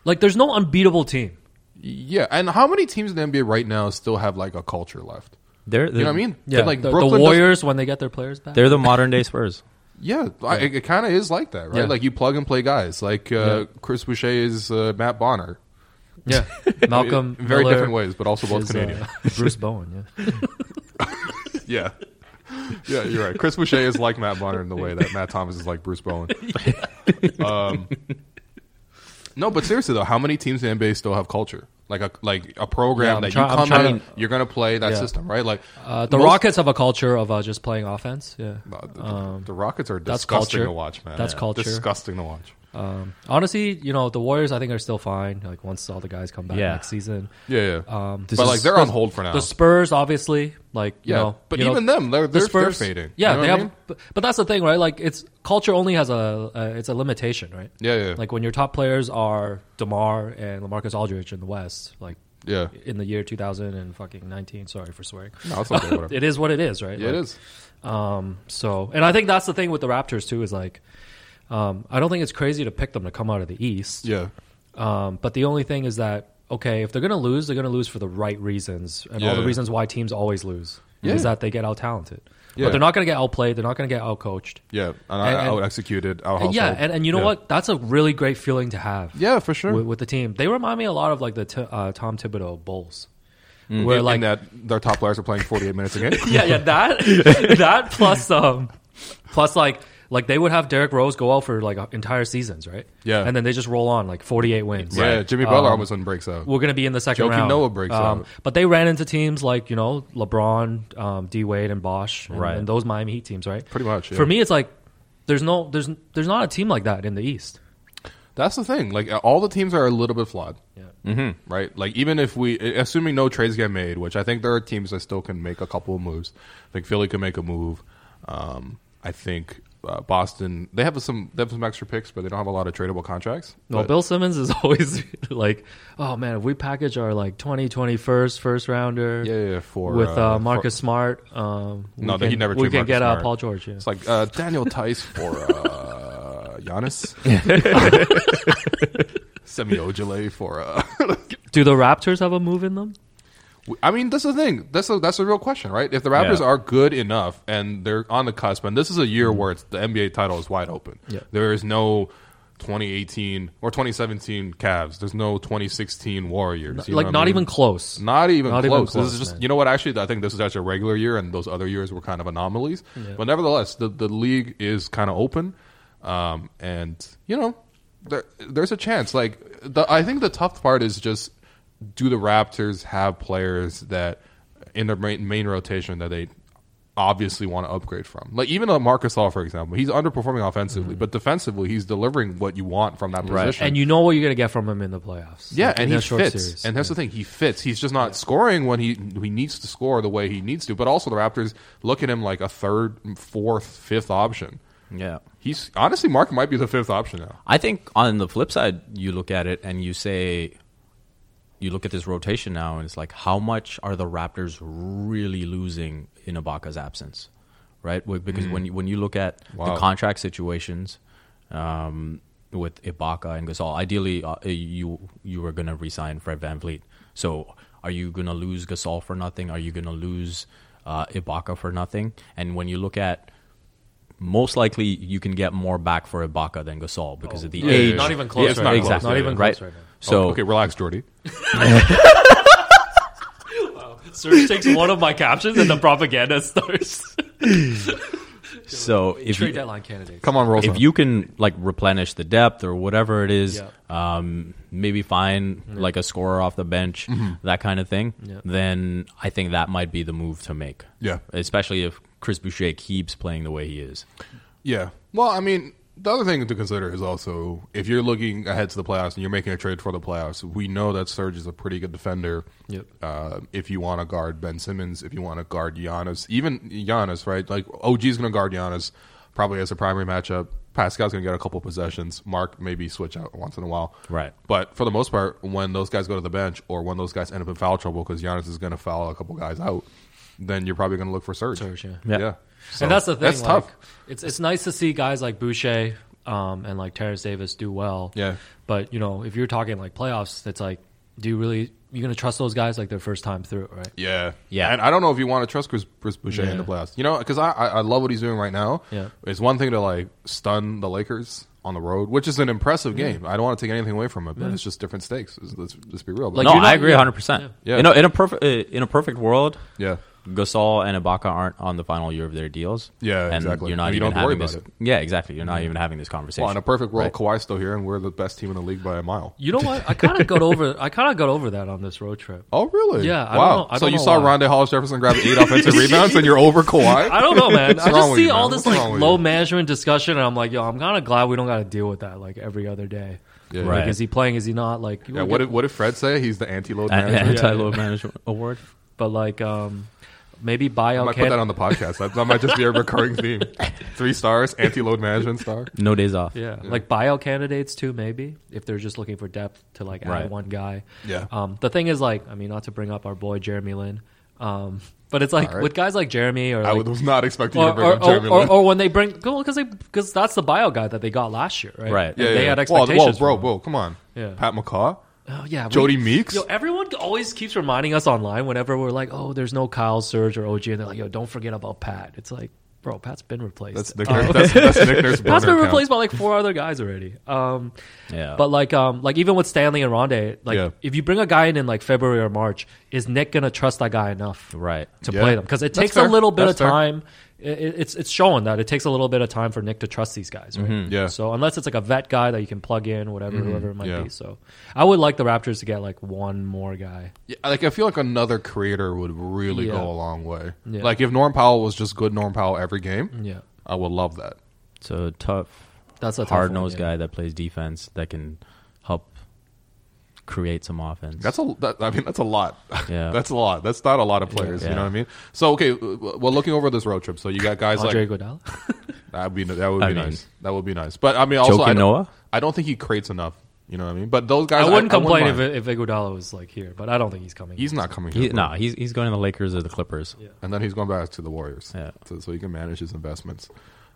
S5: Like there's no unbeatable team.
S3: Yeah, and how many teams in the NBA right now still have like a culture left?
S6: they're,
S3: You know what I mean?
S5: Yeah,
S3: like
S5: the, the
S3: Brooklyn does-
S5: Warriors when they get their players back.
S6: They're the modern day Spurs.
S3: Yeah, I, it, kind of is like that, right?
S5: Yeah.
S3: Like you plug and play guys. Like uh, Chris Boucher is uh, Matt Bonner.
S5: yeah, Malcolm
S3: in very
S5: Miller
S3: different ways, but also both
S5: is, uh,
S3: Canadian.
S5: Bruce Bowen, yeah.
S3: Yeah. Yeah, you're right. Chris Boucher is like Matt Bonner in the way that Matt Thomas is like Bruce Bowen. um, no, but seriously though, how many teams in the NBA still have culture? Like a like a
S5: Yeah,
S3: program
S5: I'm
S3: that
S5: try-
S3: you
S5: I'm
S3: come
S5: trying
S3: in,
S5: to-
S3: you're gonna play that
S5: Yeah.
S3: system, right? Like
S5: Uh, the
S3: most-
S5: Rockets have a culture of uh, just playing offense. Yeah.
S3: Uh, the, the Rockets are
S5: um, that's
S3: disgusting
S5: culture.
S3: to watch, man.
S5: That's culture.
S3: Disgusting to watch.
S5: Um, honestly, you know the Warriors. I think are still fine. Like once all the guys come back
S6: Yeah.
S5: next season.
S3: Yeah, yeah.
S5: Um,
S3: but like they're on hold for now.
S5: The Spurs, obviously, like you
S3: Oh. Yeah,
S5: know,
S3: but
S5: you know,
S3: even them, they're- they're-
S5: the
S3: they're
S5: Spurs-
S3: fading.
S5: Yeah,
S3: You know
S5: they
S3: what I
S5: have,
S3: mean?
S5: but, but that's the thing, right? Like, it's culture only has a uh, it's a limitation, right?
S3: Yeah, yeah.
S5: Like when your top players are Demar and Lamarcus Aldridge in the West, like
S3: yeah.
S5: in the year two thousand and fucking nineteen. Sorry for swearing.
S3: No, it's okay, whatever.
S5: it is what it is, right?
S3: Yeah, it
S5: Like,
S3: is.
S5: Um, so, and I think that's the thing with the Raptors too is like, um, I don't think it's crazy to pick them to come out of the East.
S3: Yeah.
S5: Um, but the only thing is that okay, if they're gonna lose, they're gonna lose for the right reasons, and all the
S3: Yeah.
S5: reasons why teams always lose
S3: Yeah.
S5: is that they get out talented.
S3: Yeah.
S5: But they're not gonna get outplayed. They're not gonna get outcoached.
S3: Yeah. And,
S5: And-
S3: I,
S5: and-
S3: out executed.
S5: And yeah, and, and you know what? That's a really great feeling to have.
S3: Yeah, for sure.
S5: With, with the team, they remind me a lot of like the t- uh, Tom Thibodeau Bulls, where
S3: Mm. in,
S5: like
S3: in that their top players are playing 48 minutes a game.
S5: yeah, yeah, that that plus um plus like Like they would have Derrick Rose go out for like a- entire seasons, right?
S3: Yeah.
S5: and then they just roll on like forty-eight wins.
S3: Yeah,
S5: Right.
S3: Jimmy Butler
S5: Um,
S3: almost almost breaks out.
S5: we're going to be in the second
S3: Joakim
S5: round.
S3: Noah breaks
S5: um,
S3: out.
S5: But they ran into teams like, you know, LeBron, um, D Wade, and Bosch, and,
S6: Right.
S5: and those Miami Heat teams, right?
S3: Pretty much, yeah.
S5: For me, it's like there's no, there's, there's not a team like that in the East.
S3: That's the thing. Like uh, all the teams are a little bit flawed. Yeah. Mm-hmm. Right. Like even if we, assuming no trades get made, which I think there are teams that still can make a couple of moves. I think Philly can make a move. Um, I think uh, Boston. They have some. They have some extra picks, but they don't have a lot of tradable contracts.
S5: No,
S3: But-
S5: Bill Simmons is always like, oh man, if we package our like 20, 21st, first rounder,
S3: Yeah, yeah, yeah, for,
S5: with
S3: uh,
S5: uh,
S3: for-
S5: Marcus Smart, um, we
S3: No,
S5: can,
S3: he never.
S5: we
S3: trade
S5: can
S3: Marcus
S5: get
S3: Smart.
S5: Uh, Paul George. Yeah.
S3: It's like uh, Daniel Tice for uh, Giannis. Semi Ojale for. Uh,
S5: Do the Raptors have a move in them?
S3: I mean, that's the thing. That's a, that's a real question, right? If the Raptors
S6: Yeah.
S3: are good enough and they're on the cusp, and this is a year where it's, the NBA title is wide open.
S5: Yeah.
S3: There is no 2018 or 2017 Cavs. There's no 2016 Warriors. you know
S5: like,
S3: what I
S5: not
S3: mean?
S5: even close.
S3: Not even
S5: Not even
S3: close. This
S5: close,
S3: is just
S5: man.
S3: you know what? Actually, I think this is actually a regular year, and those other years were kind of anomalies. But nevertheless, the the league is kind of open, um, and you know, there, there's a chance. Like the, I think the tough part is just do the Raptors have players that in their main, main rotation that they obviously want to upgrade from? Like even a Marcus All, for example, he's underperforming offensively, but defensively, he's delivering what you want from that position.
S5: Mm-hmm. And you know what you're going to get from him in the playoffs.
S3: Yeah,
S5: like,
S3: and
S5: in
S3: he
S5: a short
S3: fits.
S5: series.
S3: And that's the thing, he fits. He's just not scoring when he he needs to score the way he needs to. But also the Raptors look at him like a third, fourth, fifth option.
S6: Yeah.
S3: He's honestly Mark might be the fifth option now.
S6: I think on the flip side, you look at it and you say, you look at this rotation now, and it's like, how much are the Raptors really losing in Ibaka's absence, right? Wi- Because when you, when you look at
S3: Wow.
S6: the contract situations um, with Ibaka and Gasol, ideally uh, you you were going to resign Fred VanVleet. So are you going to lose Gasol for nothing? Are you going to lose uh, Ibaka for nothing? And when you look at most likely you can get more back for Ibaka than Gasol because of the
S5: Oh, yeah,
S6: age.
S5: not even close
S3: Yeah, it's
S5: right
S3: not
S5: now.
S3: close.
S6: Exactly.
S5: Not even
S6: right.
S5: close right now. Oh,
S6: So
S3: Oh, okay, relax, Jordy.
S5: Serge takes one of my captions and the propaganda starts.
S6: so if
S5: Trade
S6: you,
S5: deadline candidates.
S3: Come on, roll.
S6: if
S3: some.
S6: you can like replenish the depth or whatever it is,
S5: Yeah.
S6: um, maybe find like a scorer off the bench, that kind of thing,
S5: Mm-hmm. Yeah.
S6: then I think that might be the move to make.
S3: Yeah.
S6: Especially if Chris Boucher keeps playing the way he is.
S3: Yeah. Well, I mean, the other thing to consider is also if you're looking ahead to the playoffs and you're making a trade for the playoffs, we know that Serge is a pretty good defender.
S5: Yep.
S3: Uh, if you want to guard Ben Simmons, if you want to guard Giannis, even Giannis, right? Like OG's going to guard Giannis probably as a primary matchup. Pascal's going to get a couple possessions. Mark maybe switch out once in a while.
S6: Right.
S3: But for the most part, when those guys go to the bench or when those guys end up in foul trouble because Giannis is going to foul a couple guys out, then you're probably going to look for Serge.
S5: Serge, yeah.
S6: Yeah.
S3: So
S5: and that's the thing.
S3: That's
S5: like,
S3: tough.
S5: It's it's nice to see guys like Boucher um, and like Terrence Davis do well.
S3: Yeah.
S5: But you know, if you're talking like playoffs, it's like, do you really you're gonna trust those guys like their first time through, right?
S3: Yeah,
S6: Yeah.
S3: And I don't know if you want to trust Chris, Chris Boucher in the playoffs. You know, because I, I I love what he's doing right now.
S5: Yeah.
S3: it's one thing to like stun the Lakers on the road, which is an impressive game. I don't want to take anything away from it, but it's just different stakes. Let's, let's just be real. But
S5: Like,
S6: no,
S5: you're
S6: I
S5: not-
S6: agree
S5: yeah.
S6: 100%.
S3: Yeah.
S6: You know, in a perfect uh, in a perfect world,
S3: yeah,
S6: Gasol and Ibaka aren't on the final year of their deals.
S3: Yeah,
S6: and
S3: exactly.
S6: You're not
S3: You
S6: even
S3: don't have to worry
S6: having this.
S3: about
S6: Yeah, exactly. You're not even having this conversation.
S3: well, in a perfect world,
S6: Right.
S3: Kawhi's still here, and we're the best team in the league by a mile.
S5: You know what? I kind of got over. I kind of got over that on this road trip.
S3: Oh, really?
S5: Yeah, I
S3: wow.
S5: don't know- I
S3: so
S5: don't
S3: you
S5: know
S3: saw
S5: why.
S3: Rondé Hollis Jefferson grab eight offensive rebounds, and you're over Kawhi.
S5: I don't know, man.
S3: What's
S5: I
S3: wrong
S5: just
S3: with
S5: see
S3: you, man?
S5: all this
S3: What's
S5: like
S3: wrong with
S5: low
S3: you?
S5: management discussion, and I'm like, yo, I'm kind of glad we don't got to deal with that like every other day.
S3: Yeah.
S5: Like,
S6: Right.
S5: is he playing? Is he not? Like, you
S3: Yeah,
S5: wanna
S3: what
S5: get-
S3: did what did Fred say? He's the
S5: Uh,
S3: anti-load
S6: An-
S3: manager.
S6: anti-load management award.
S5: but like, um, maybe
S3: I
S5: buyout.
S3: might put
S5: Can-
S3: that on the podcast. That, that might just be a recurring theme. Three stars, anti-load management star.
S6: No days off.
S5: yeah, like buyout candidates too. Maybe if they're just looking for depth to like add
S6: Right.
S5: one guy.
S3: Yeah.
S5: Um, the thing is, like, I mean, not to bring up our boy Jeremy Lin, um, but it's like
S3: All right.
S5: with guys like Jeremy or
S3: I
S5: like,
S3: was not expecting you to
S5: or,
S3: bring
S5: or,
S3: up Jeremy
S5: or,
S3: Lin.
S5: or, or when they bring because they because that's the buyout guy that they got last year, right?
S6: Right.
S5: And they had
S3: Whoa,
S5: expectations.
S3: Whoa, bro,
S5: from him.
S3: bro, come on.
S5: Yeah.
S3: Pat McCaw,
S5: Oh, yeah, we-
S3: Jody Meeks.
S5: Yo, everyone always keeps reminding us online whenever we're like, "Oh, there's no Kyle, Surge, or OG," and they're like, "Yo, don't forget about Pat." It's like, bro, Pat's been replaced.
S3: that's Nick.
S5: Uh,
S3: that's, that's Nick Nurse.
S5: Pat's been
S3: burner account.
S5: replaced by like four other guys already. Um,
S6: Yeah.
S5: But like, um, like even with Stanley and Rondé, like
S3: Yeah.
S5: if you bring a guy in in like February or March, is Nick gonna trust that guy enough
S6: Right.
S5: to
S3: Yeah.
S5: play them? Because it
S3: That's
S5: takes
S3: fair.
S5: a little bit
S3: That's
S5: of
S3: fair.
S5: time. it, it's it's showing that it takes a little bit of time for Nick to trust these guys, right?
S3: Mm-hmm. Yeah. Mm-hmm.
S5: So unless it's like a vet guy that you can plug in, whatever, whoever it might
S3: yeah.
S5: be. So I would like the Raptors to get like one more guy.
S3: Yeah, like I feel like another creator would really
S5: Yeah.
S3: go a long way.
S5: Yeah. Mm.
S3: Like if Norm Powell was just good Norm Powell every game,
S5: Yeah.
S3: I would love that.
S6: So tough,
S5: That's a tough one,
S6: hard nosed
S5: yeah.
S6: guy that plays defense that can help create some offense.
S3: That's a. That, I mean, that's a lot.
S6: Yeah.
S3: that's a lot. That's not a lot of players. You
S6: Yeah.
S3: know what I mean? So okay, well, looking over this road trip, so you got guys
S5: Andre
S3: like
S5: Godal.
S3: that'd be that would be
S6: I mean-
S3: nice. That would be nice. But I mean, also
S6: Joakim
S3: I don't,
S6: Noah?
S3: I don't think he creates enough. You know what I mean? But those guys,
S5: I wouldn't complain
S3: mind.
S5: if if Iguodala was like here, but I don't think he's coming.
S3: he's not coming.
S6: he,
S3: Here, bro.
S6: no, he's he's going to the Lakers or the Clippers.
S3: and then he's going back to the Warriors.
S6: Yeah.
S3: So, so he can manage his investments.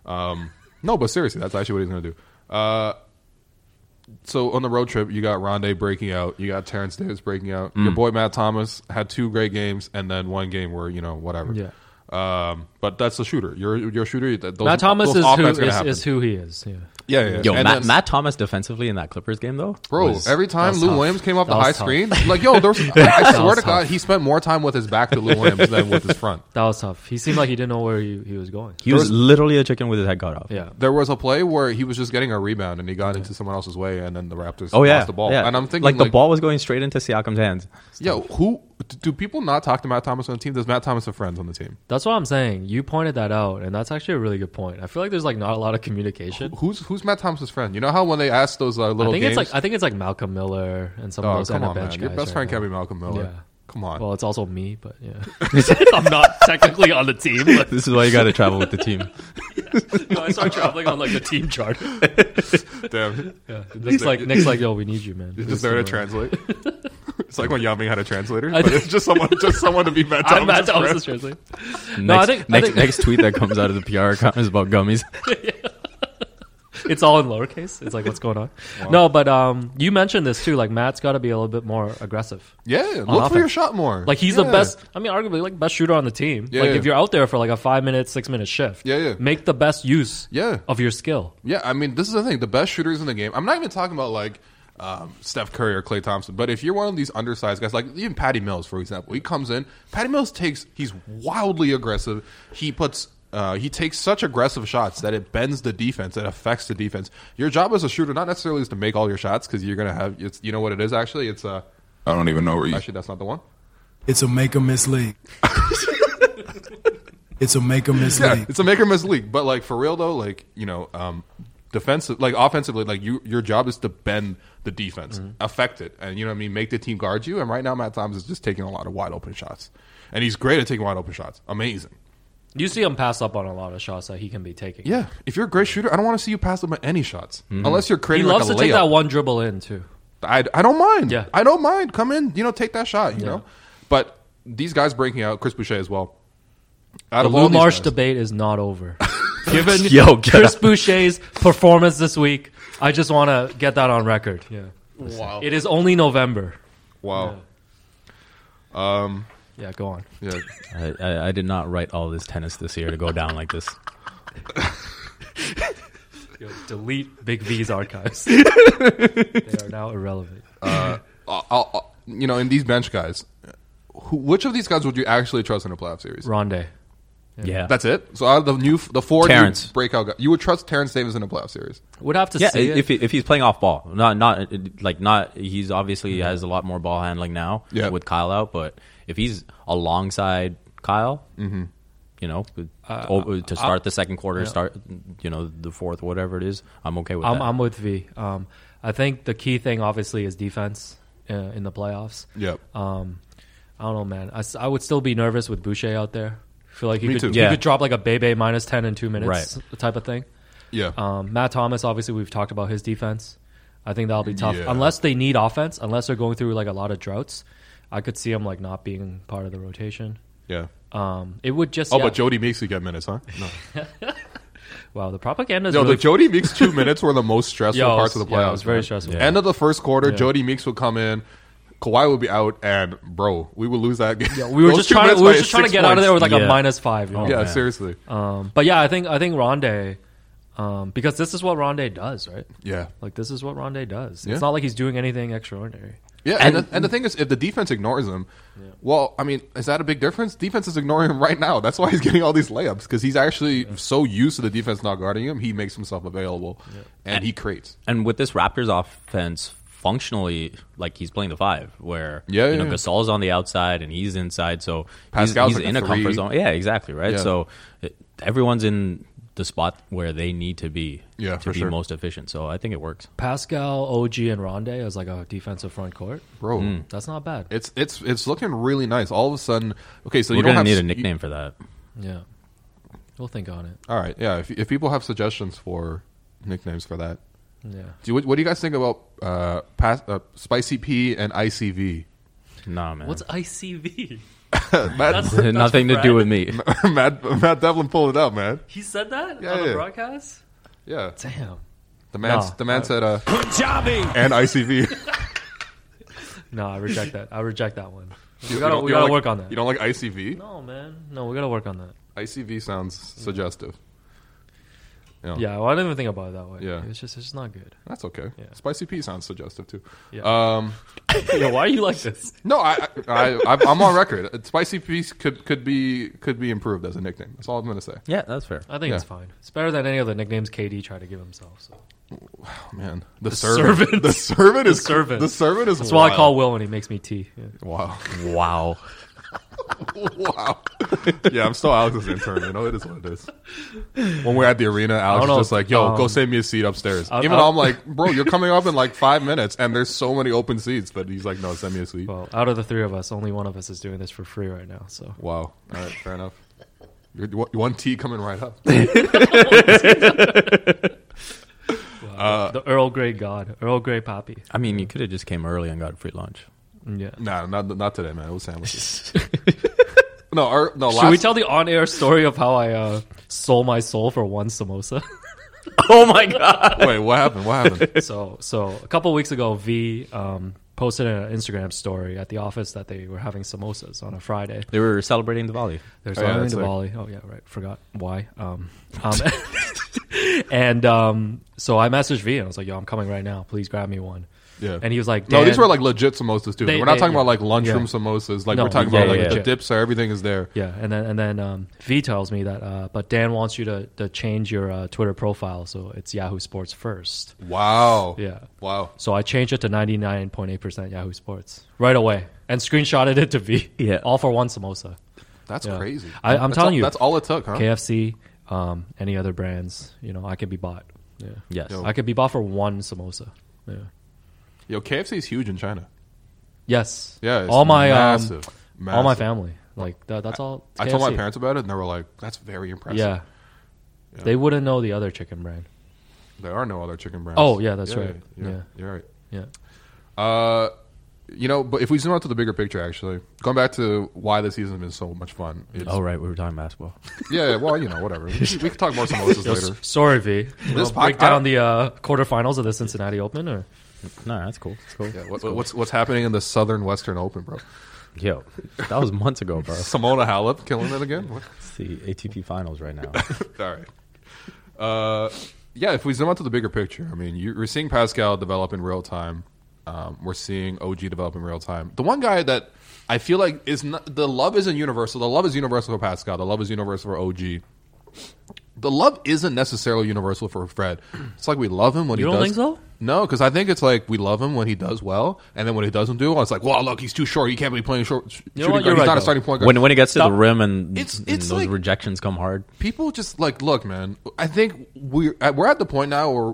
S3: Um, no, but seriously, that's actually what he's going to do. Uh, so on the road trip, you got Rondé breaking out. You got Terrence Davis breaking out.
S5: Mm.
S3: Your boy Matt Thomas had two great games, and then one game where you know whatever.
S5: Yeah.
S3: Um, but that's the shooter. You're you're a shooter. That those,
S5: Matt Thomas
S3: those
S5: is who
S3: offense gonna
S5: is,
S3: happen.
S5: is who he is. Yeah.
S3: Yeah, yeah. yeah.
S6: Yo,
S3: And
S6: Matt,
S3: then-
S6: Matt Thomas defensively in that Clippers game though,
S3: Bro,
S6: was-
S3: every time
S5: was
S3: Lou
S5: tough.
S3: Williams came off
S5: That
S3: the
S5: was
S3: high
S5: tough.
S3: screen, like yo, there's, I swear to
S5: was tough.
S3: God, he spent more time with his back to Lou Williams than with his front.
S5: That was tough. He seemed like he didn't know where he, he was going.
S6: he was literally a chicken with his head cut off.
S5: Yeah.
S3: There was a play where he was just getting a rebound and he got into someone else's way, and then the Raptors
S6: Oh yeah,
S3: lost the ball.
S6: yeah.
S3: And I'm thinking,
S6: like the ball was going straight into Siakam's hands.
S3: Yo, who do people not talk to Matt Thomas on the team? Does Matt Thomas have friends on the team?
S5: That's what I'm saying. You pointed that out, and that's actually a really good point. I feel like there's like not a lot of communication.
S3: Who's who's Matt Thomas's friend? You know how when they ask those uh,
S5: I
S3: little
S5: think
S3: games,
S5: it's like I think it's like Malcolm Miller and some
S3: oh
S5: of those
S3: come
S5: kind
S3: on,
S5: of
S3: man,
S5: bench
S3: your
S5: guys
S3: best
S5: right
S3: friend
S5: now.
S3: can't be Malcolm Miller.
S5: Yeah.
S3: Come on,
S5: Well, it's also me, but yeah, I'm not technically on the team. But,
S6: This is why you got to travel with the team.
S5: you know, I start traveling on like the team chart.
S3: damn,
S5: Yeah. Nick's like Nick's like, yo, we need you, man.
S3: he's
S5: We're
S3: just there to
S5: still-
S3: translate. it's like when Yami had a translator,
S5: I
S3: but
S5: did-
S3: it's just someone, just someone to be Matt Thomas's
S5: I'm Matt
S3: friend.
S5: Thomas's translate. No,
S6: next,
S5: I think- I
S6: next,
S5: think-
S6: next tweet that comes out of the PR account is about gummies.
S5: It's all in lowercase. It's like what's going on. No, but um, you mentioned this too. Like Matt's got to be a little bit more aggressive.
S3: Yeah, look for
S5: offense.
S3: your shot more.
S5: Like he's
S3: Yeah.
S5: the best. I mean, arguably like best shooter on the team.
S3: Yeah,
S5: like
S3: yeah.
S5: if you're out there for like a five minute, six minute shift,
S3: Yeah, yeah.
S5: make the best use
S3: Yeah.
S5: of your skill.
S3: Yeah, I mean, this is the thing. The best shooters in the game. I'm not even talking about like um, Steph Curry or Clay Thompson, but if you're one of these undersized guys, like even Patty Mills, for example, he comes in. Patty Mills takes. He's wildly aggressive. He puts. Uh, he takes such aggressive shots that it bends the defense. It affects the defense. Your job as a shooter, not necessarily, is to make all your shots because you're gonna have. It's, you know what it is actually. It's uh,
S4: I don't even know where you.
S3: actually that's not the one.
S7: It's a make or miss league. it's a make or miss
S3: Yeah,
S7: league.
S3: it's a make or miss league. But like for real though, like you know, um, defensive, like offensively, like you, your job is to bend the defense,
S5: Mm-hmm.
S3: affect it, and you know what I mean, make the team guard you. And right now, Matt Thomas is just taking a lot of wide open shots, and he's great at taking wide open shots. Amazing.
S5: You see him pass up on a lot of shots that he can be taking.
S3: Yeah, if you're a great shooter, I don't want to see you pass up on any shots unless you're
S5: Mm-hmm. he
S3: creating.
S5: loves
S3: like a
S5: to take
S3: layup.
S5: that one dribble in too.
S3: I, I don't mind.
S5: Yeah.
S3: I don't mind. Come in, you know, take that shot, you know. But these guys breaking out, Chris Boucher as well. Out
S5: The
S3: of all
S5: Lou
S3: these
S5: Marsh
S3: guys-
S5: debate is not over. Given
S6: Yo, get
S5: Chris Boucher's performance this week, I just want to get that on record. Yeah.
S3: wow,
S5: It is only November.
S3: wow,
S5: Yeah, go on.
S3: yeah.
S6: I, I, I did not write all this tennis this year to go down like this.
S5: Yo, delete Big V's archives. they are now irrelevant.
S3: I'll, I'll, you know, in these bench guys, who, which of these guys would you actually trust in a playoff series?
S5: Rondé.
S6: Yeah,
S3: That's it. So out of the new, the four new
S6: Terrence.
S3: breakout guys, you would trust Terrence Davis in a playoff series.
S5: Would have to
S6: yeah.
S5: see it.
S6: If he, if he's playing off ball, not not like not. He's obviously has a lot more ball handling now
S3: Yeah.
S6: with Kyle out, but if he's alongside Kyle, you know,
S5: Uh,
S6: o- to start the second quarter, start you know the fourth, whatever it is, I'm okay with
S5: I'm,
S6: that.
S5: I'm with V. Um, I think the key thing, obviously, is defense uh, in the playoffs.
S3: Yep.
S5: Um, I don't know, man. I, s- I would still be nervous with Boucher out there. I feel like he
S3: Me
S5: could,
S3: too.
S5: he
S6: Yeah.
S5: could drop like a Bebe minus 10 in two minutes type of thing.
S3: yeah.
S5: Um, Matt Thomas, obviously, we've talked about his defense. I think that'll be tough.
S3: Yeah.
S5: Unless they need offense, unless they're going through like a lot of droughts, I could see him like not being part of the rotation.
S3: yeah.
S5: Um, it would just
S3: Oh,
S5: yeah.
S3: but Jody Meeks would get minutes, huh? No,
S5: wow, the propaganda is
S3: Yo,
S5: really
S3: the Jody Meeks two minutes were the most stressful
S5: Yo, it
S3: parts
S5: was-
S3: of the playoffs.
S5: yeah, it was very
S3: man.
S5: stressful.
S3: End of the first quarter, Jody Meeks would come in. Kawhi would be out, and bro, we would lose that game.
S5: we were
S3: Those
S5: just
S3: two
S5: trying
S3: minutes
S5: to we were
S3: by
S5: just trying to
S3: six
S5: get out of there
S3: points.
S5: with Oh, like a
S6: Yeah.
S5: minus five. You know?
S3: yeah,
S6: man.
S3: seriously.
S5: Um, but yeah, I think I think Rondé um, because this is what Rondé does, right?
S3: Yeah.
S5: Like this is what Rondé does.
S3: Yeah.
S5: It's not like he's doing anything extraordinary.
S3: Yeah, and,
S6: And-
S3: the, and the thing is, if the defense ignores him, well, I mean, is that a big difference? Defense is ignoring him right now. That's why he's getting all these layups because he's actually so used to the defense not guarding him, he makes himself available and he creates.
S6: And with this Raptors offense, functionally, like he's playing the five, where
S3: Yeah,
S6: you know
S3: yeah, yeah.
S6: Gasol's on the outside and he's inside, so he's-
S3: Pascal's
S6: he's,
S3: like a
S6: in a comfort
S3: three.
S6: zone. Yeah, exactly, right.
S3: Yeah.
S6: So it, everyone's in the spot where they need to be
S3: Yeah,
S6: to
S3: for
S6: be
S3: sure.
S6: most efficient. So I think it works.
S5: Pascal, OG, and Rondé as like a defensive front court.
S3: Bro,
S6: Hmm.
S5: That's not bad.
S3: it's it's it's looking really nice. All of a sudden, okay, so
S6: We're
S3: you don't
S6: gonna
S3: have
S6: need
S3: s-
S6: a nickname for that.
S5: yeah, we'll think on it.
S3: all right, yeah. If, if people have suggestions for nicknames for that,
S5: Yeah.
S3: do you, what, what do you guys think about uh, pass, uh, spicy P and ICV?
S6: Nah, man.
S5: What's ICV?
S3: Matt,
S5: That's
S6: Nothing to
S5: Brad.
S6: do with me.
S3: Matt Matt Devlin pulled it up, man.
S5: He said that
S3: Yeah,
S5: on the
S3: yeah.
S5: broadcast.
S3: Yeah,
S5: Damn.
S3: the man
S5: No.
S3: the man said uh, and ICV.
S5: No, I reject that. I reject that one. We
S3: You
S5: gotta,
S3: don't-
S5: we
S3: you don't
S5: gotta
S3: like-
S5: work on that.
S3: You don't like ICV?
S5: No, man. No, we gotta work on that.
S3: ICV sounds suggestive. Yeah.
S5: Yeah, well, I didn't even think about it that way.
S3: Yeah.
S5: it's just it's just not good.
S3: That's okay.
S5: Yeah.
S3: Spicy P sounds suggestive too.
S5: Yeah.
S3: Um,
S5: yeah, why are you like this?
S3: no, I, I, I, I'm on record. Spicy P could could be could be improved as a nickname. That's all I'm going to say.
S6: Yeah, that's fair.
S5: I think it's
S3: Yeah.
S5: fine. It's better than any of the nicknames KD tried to give himself. So.
S3: Oh man, the, servant. The servant is
S5: servant.
S3: The servant is.
S5: That's why I call
S3: wild.
S5: Will when he makes me tea. Yeah.
S3: Wow.
S6: Wow.
S3: wow. yeah, I'm still Alex's intern. You know, it is what it is. When we're at the arena, Alex is
S5: don't know,
S3: just like, "Yo, go
S5: um,
S3: save me a seat upstairs."
S5: I'll-
S3: Even
S5: I'll-
S3: though I'm like, "Bro, you're coming up in like five minutes, and there's so many open seats," but he's like, "No, send me a seat."
S5: Well, out of the three of us, only one of us is doing this for free right now. So
S3: Wow. All right, fair enough. You're, you want- you want tea coming right up.
S5: the Earl Grey God, Earl Grey Poppy.
S6: I mean, you could have just came early and got a free lunch.
S5: Yeah.
S3: nah, not not today, man. It was sandwiches. no, our, no.
S5: Should we
S3: last-
S5: tell the on-air story of how I uh, sold my soul for one samosa?
S6: Oh my god.
S3: Wait, what happened? What happened?
S5: so so a couple weeks ago v um, posted an instagram story at the office that they were having samosas on a friday
S6: They were celebrating the volley.
S5: there's
S3: Oh,
S5: oh,
S3: yeah,
S5: yeah,
S3: that's like-
S5: Diwali. Oh yeah, right. Forgot why. Um, um, and um, so I messaged V and I was like, "Yo, I'm coming right now. Please grab me one."
S3: Yeah.
S5: And he was like,
S3: no, these
S5: "Dan-"
S3: were like legit samosas too.
S5: They-
S3: we're not
S5: they-
S3: talking about like lunchroom
S5: yeah.
S3: samosas. Like
S5: No,
S3: we're talking
S5: yeah,
S3: about like
S5: yeah,
S3: the
S5: yeah.
S3: dips are everything is there.
S5: Yeah, and then and then um, V tells me that, uh, but Dan wants you to, to change your uh, Twitter profile so it's Yahoo Sports first.
S3: Wow.
S5: Yeah.
S3: Wow.
S5: So I changed it to 99.8% Yahoo Sports right away and screenshotted it to V.
S6: Yeah.
S5: all for one samosa.
S3: That's
S5: Yeah.
S3: crazy.
S5: I- I'm
S3: That's
S5: telling
S3: all-
S5: you.
S3: that's all it took, huh?
S5: KFC, um, any other brands, you know, I could be bought. Yeah.
S6: Yes.
S3: Yo.
S5: I could be bought for one samosa. Yeah.
S3: Yo, KFC is huge in China.
S5: Yes.
S3: Yeah, it's
S5: all my
S3: massive,
S5: um, all my
S3: massive.
S5: family. Like that, that's all. it's
S3: I told my
S5: KFC.
S3: parents about it, and they were like, "That's very impressive."
S5: Yeah. They wouldn't know the other chicken brand.
S3: There are no other chicken brands.
S5: Oh, yeah, that's right.
S3: Yeah.
S5: Yeah.
S3: You're right.
S5: Yeah.
S3: Uh, you know, but if we zoom out to the bigger picture, actually, going back to why this season has been so much fun. It's,
S6: Oh right, we were talking basketball.
S3: yeah, yeah, well, you know, whatever. We, we can talk more samosas
S5: Yo,
S3: later.
S5: s- sorry, V. This
S3: pod-
S5: break down the uh, quarterfinals of the Cincinnati Open, or
S6: No, that's cool. That's cool.
S3: Yeah, what, what's what's happening in the Southern Western Open, bro?
S6: Yo, that was months ago, bro.
S3: Simona Halep killing it again. What?
S6: It's the ATP finals right now.
S3: All right. Uh, yeah, if we zoom out to the bigger picture, I mean, you- you're seeing Pascal develop in real time. Um, we're seeing OG develop in real time. The one guy that I feel like is not, the love isn't universal. The love is universal for Pascal. The love is universal for OG. The love isn't necessarily universal for Fred. It's like we love him when
S5: You
S3: he
S5: don't
S3: does.
S5: think so?
S3: No, because I think it's like we love him when he does well, and then when he doesn't do well, it's like, wow, look, he's too short. He can't be playing short. Sh-
S5: You know
S3: shooting
S5: what?
S3: guard.
S5: You're
S3: He's
S5: right,
S3: not a
S5: though.
S3: starting point guard.
S6: when when it gets to
S5: Stop.
S6: the rim and,
S3: It's-
S6: and
S3: it's
S6: those
S3: like-
S6: rejections come hard,
S3: people just like look, man. I think we're at- we're at the point now where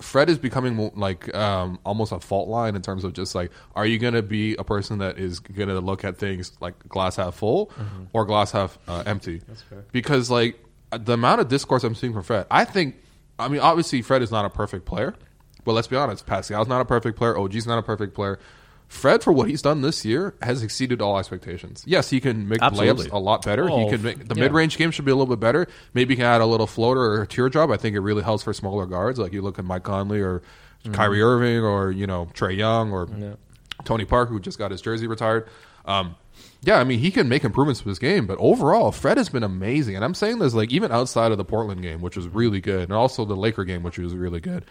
S3: Fred is becoming more, like um, almost a fault line in terms of just like, are you going to be a person that is going to look at things like glass half full or glass half uh, empty? Mm-hmm. That's fair. Because like the amount of discourse I'm seeing from Fred, I think, I mean, obviously Fred is not a perfect player, but let's be honest, Pascal's not a perfect player, OG's not a perfect player. Fred, for what he's done this year, has exceeded all expectations. Yes, he can make
S6: Absolutely.
S3: layups a lot better.
S5: Oh,
S3: he can make the
S5: yeah.
S3: mid range range game should be a little bit better. Maybe you can add a little floater or a teardrop. I think it really helps for smaller guards. Like you look at Mike Conley or
S5: Mm-hmm.
S3: Kyrie Irving or you know Trey Young or Tony Parker who just got his jersey retired. Um, yeah, I mean, he can make improvements to his game, but overall, Fred has been amazing. And I'm saying this like even outside of the Portland game, which was really good, and also the Laker game, which was really good.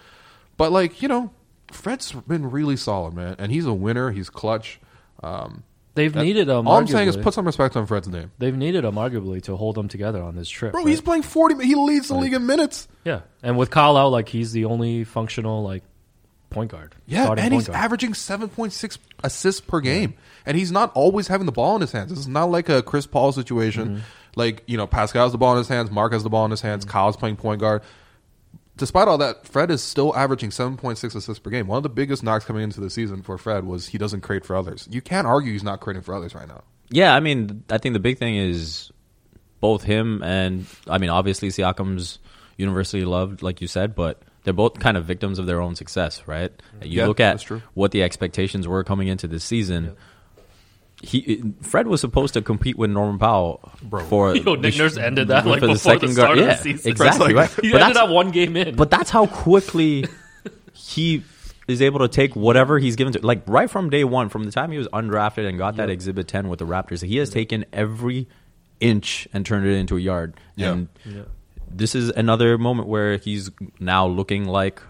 S3: But like you know, Fred's been really solid, man, and he's a winner. He's clutch. Um,
S5: They've needed him.
S3: all I'm saying is
S5: arguably.
S3: put some respect on Fred's name,
S5: They've needed him arguably to hold them together on this trip.
S3: bro.
S5: right?
S3: He's playing 40. mi- He leads the league in minutes.
S5: yeah, and with Kyle out, like he's the only functional like point guard.
S3: Yeah,
S5: starting
S3: and
S5: point
S3: he's
S5: guard.
S3: averaging 7.6 assists per game. And he's not always having the ball in his hands. This is not like a Chris Paul situation.
S5: Mm-hmm.
S3: Like, you know, Pascal has the ball in his hands, Mark has the ball in his hands, Kyle's playing point guard. Despite all that, Fred is still averaging 7.6 assists per game. One of the biggest knocks coming into the season for Fred was he doesn't create for others. You can't argue he's not creating for others right now.
S6: Yeah, I mean, I think the big thing is both him and I mean, obviously Siakam's universally loved, like you said, but they're both kind of victims of their own success, right? You
S3: Yeah,
S6: look at
S3: that's true.
S6: what the expectations were coming into this season. He Fred was supposed to compete with Norman Powell for
S5: You know, Nick
S6: the sh-
S5: Nurse ended that like
S6: for
S5: before the, start of
S6: yeah,
S5: the season.
S6: exactly.
S3: like-
S6: right?
S5: He
S6: But
S5: ended
S6: that's-
S5: up one game in.
S6: but that's how quickly he is able to take whatever he's given to. Like right from day one, from the time he was undrafted and got that Exhibit Ten with the Raptors, he has taken every inch and turned it into a yard.
S3: Yeah.
S6: And this is another moment where he's now looking like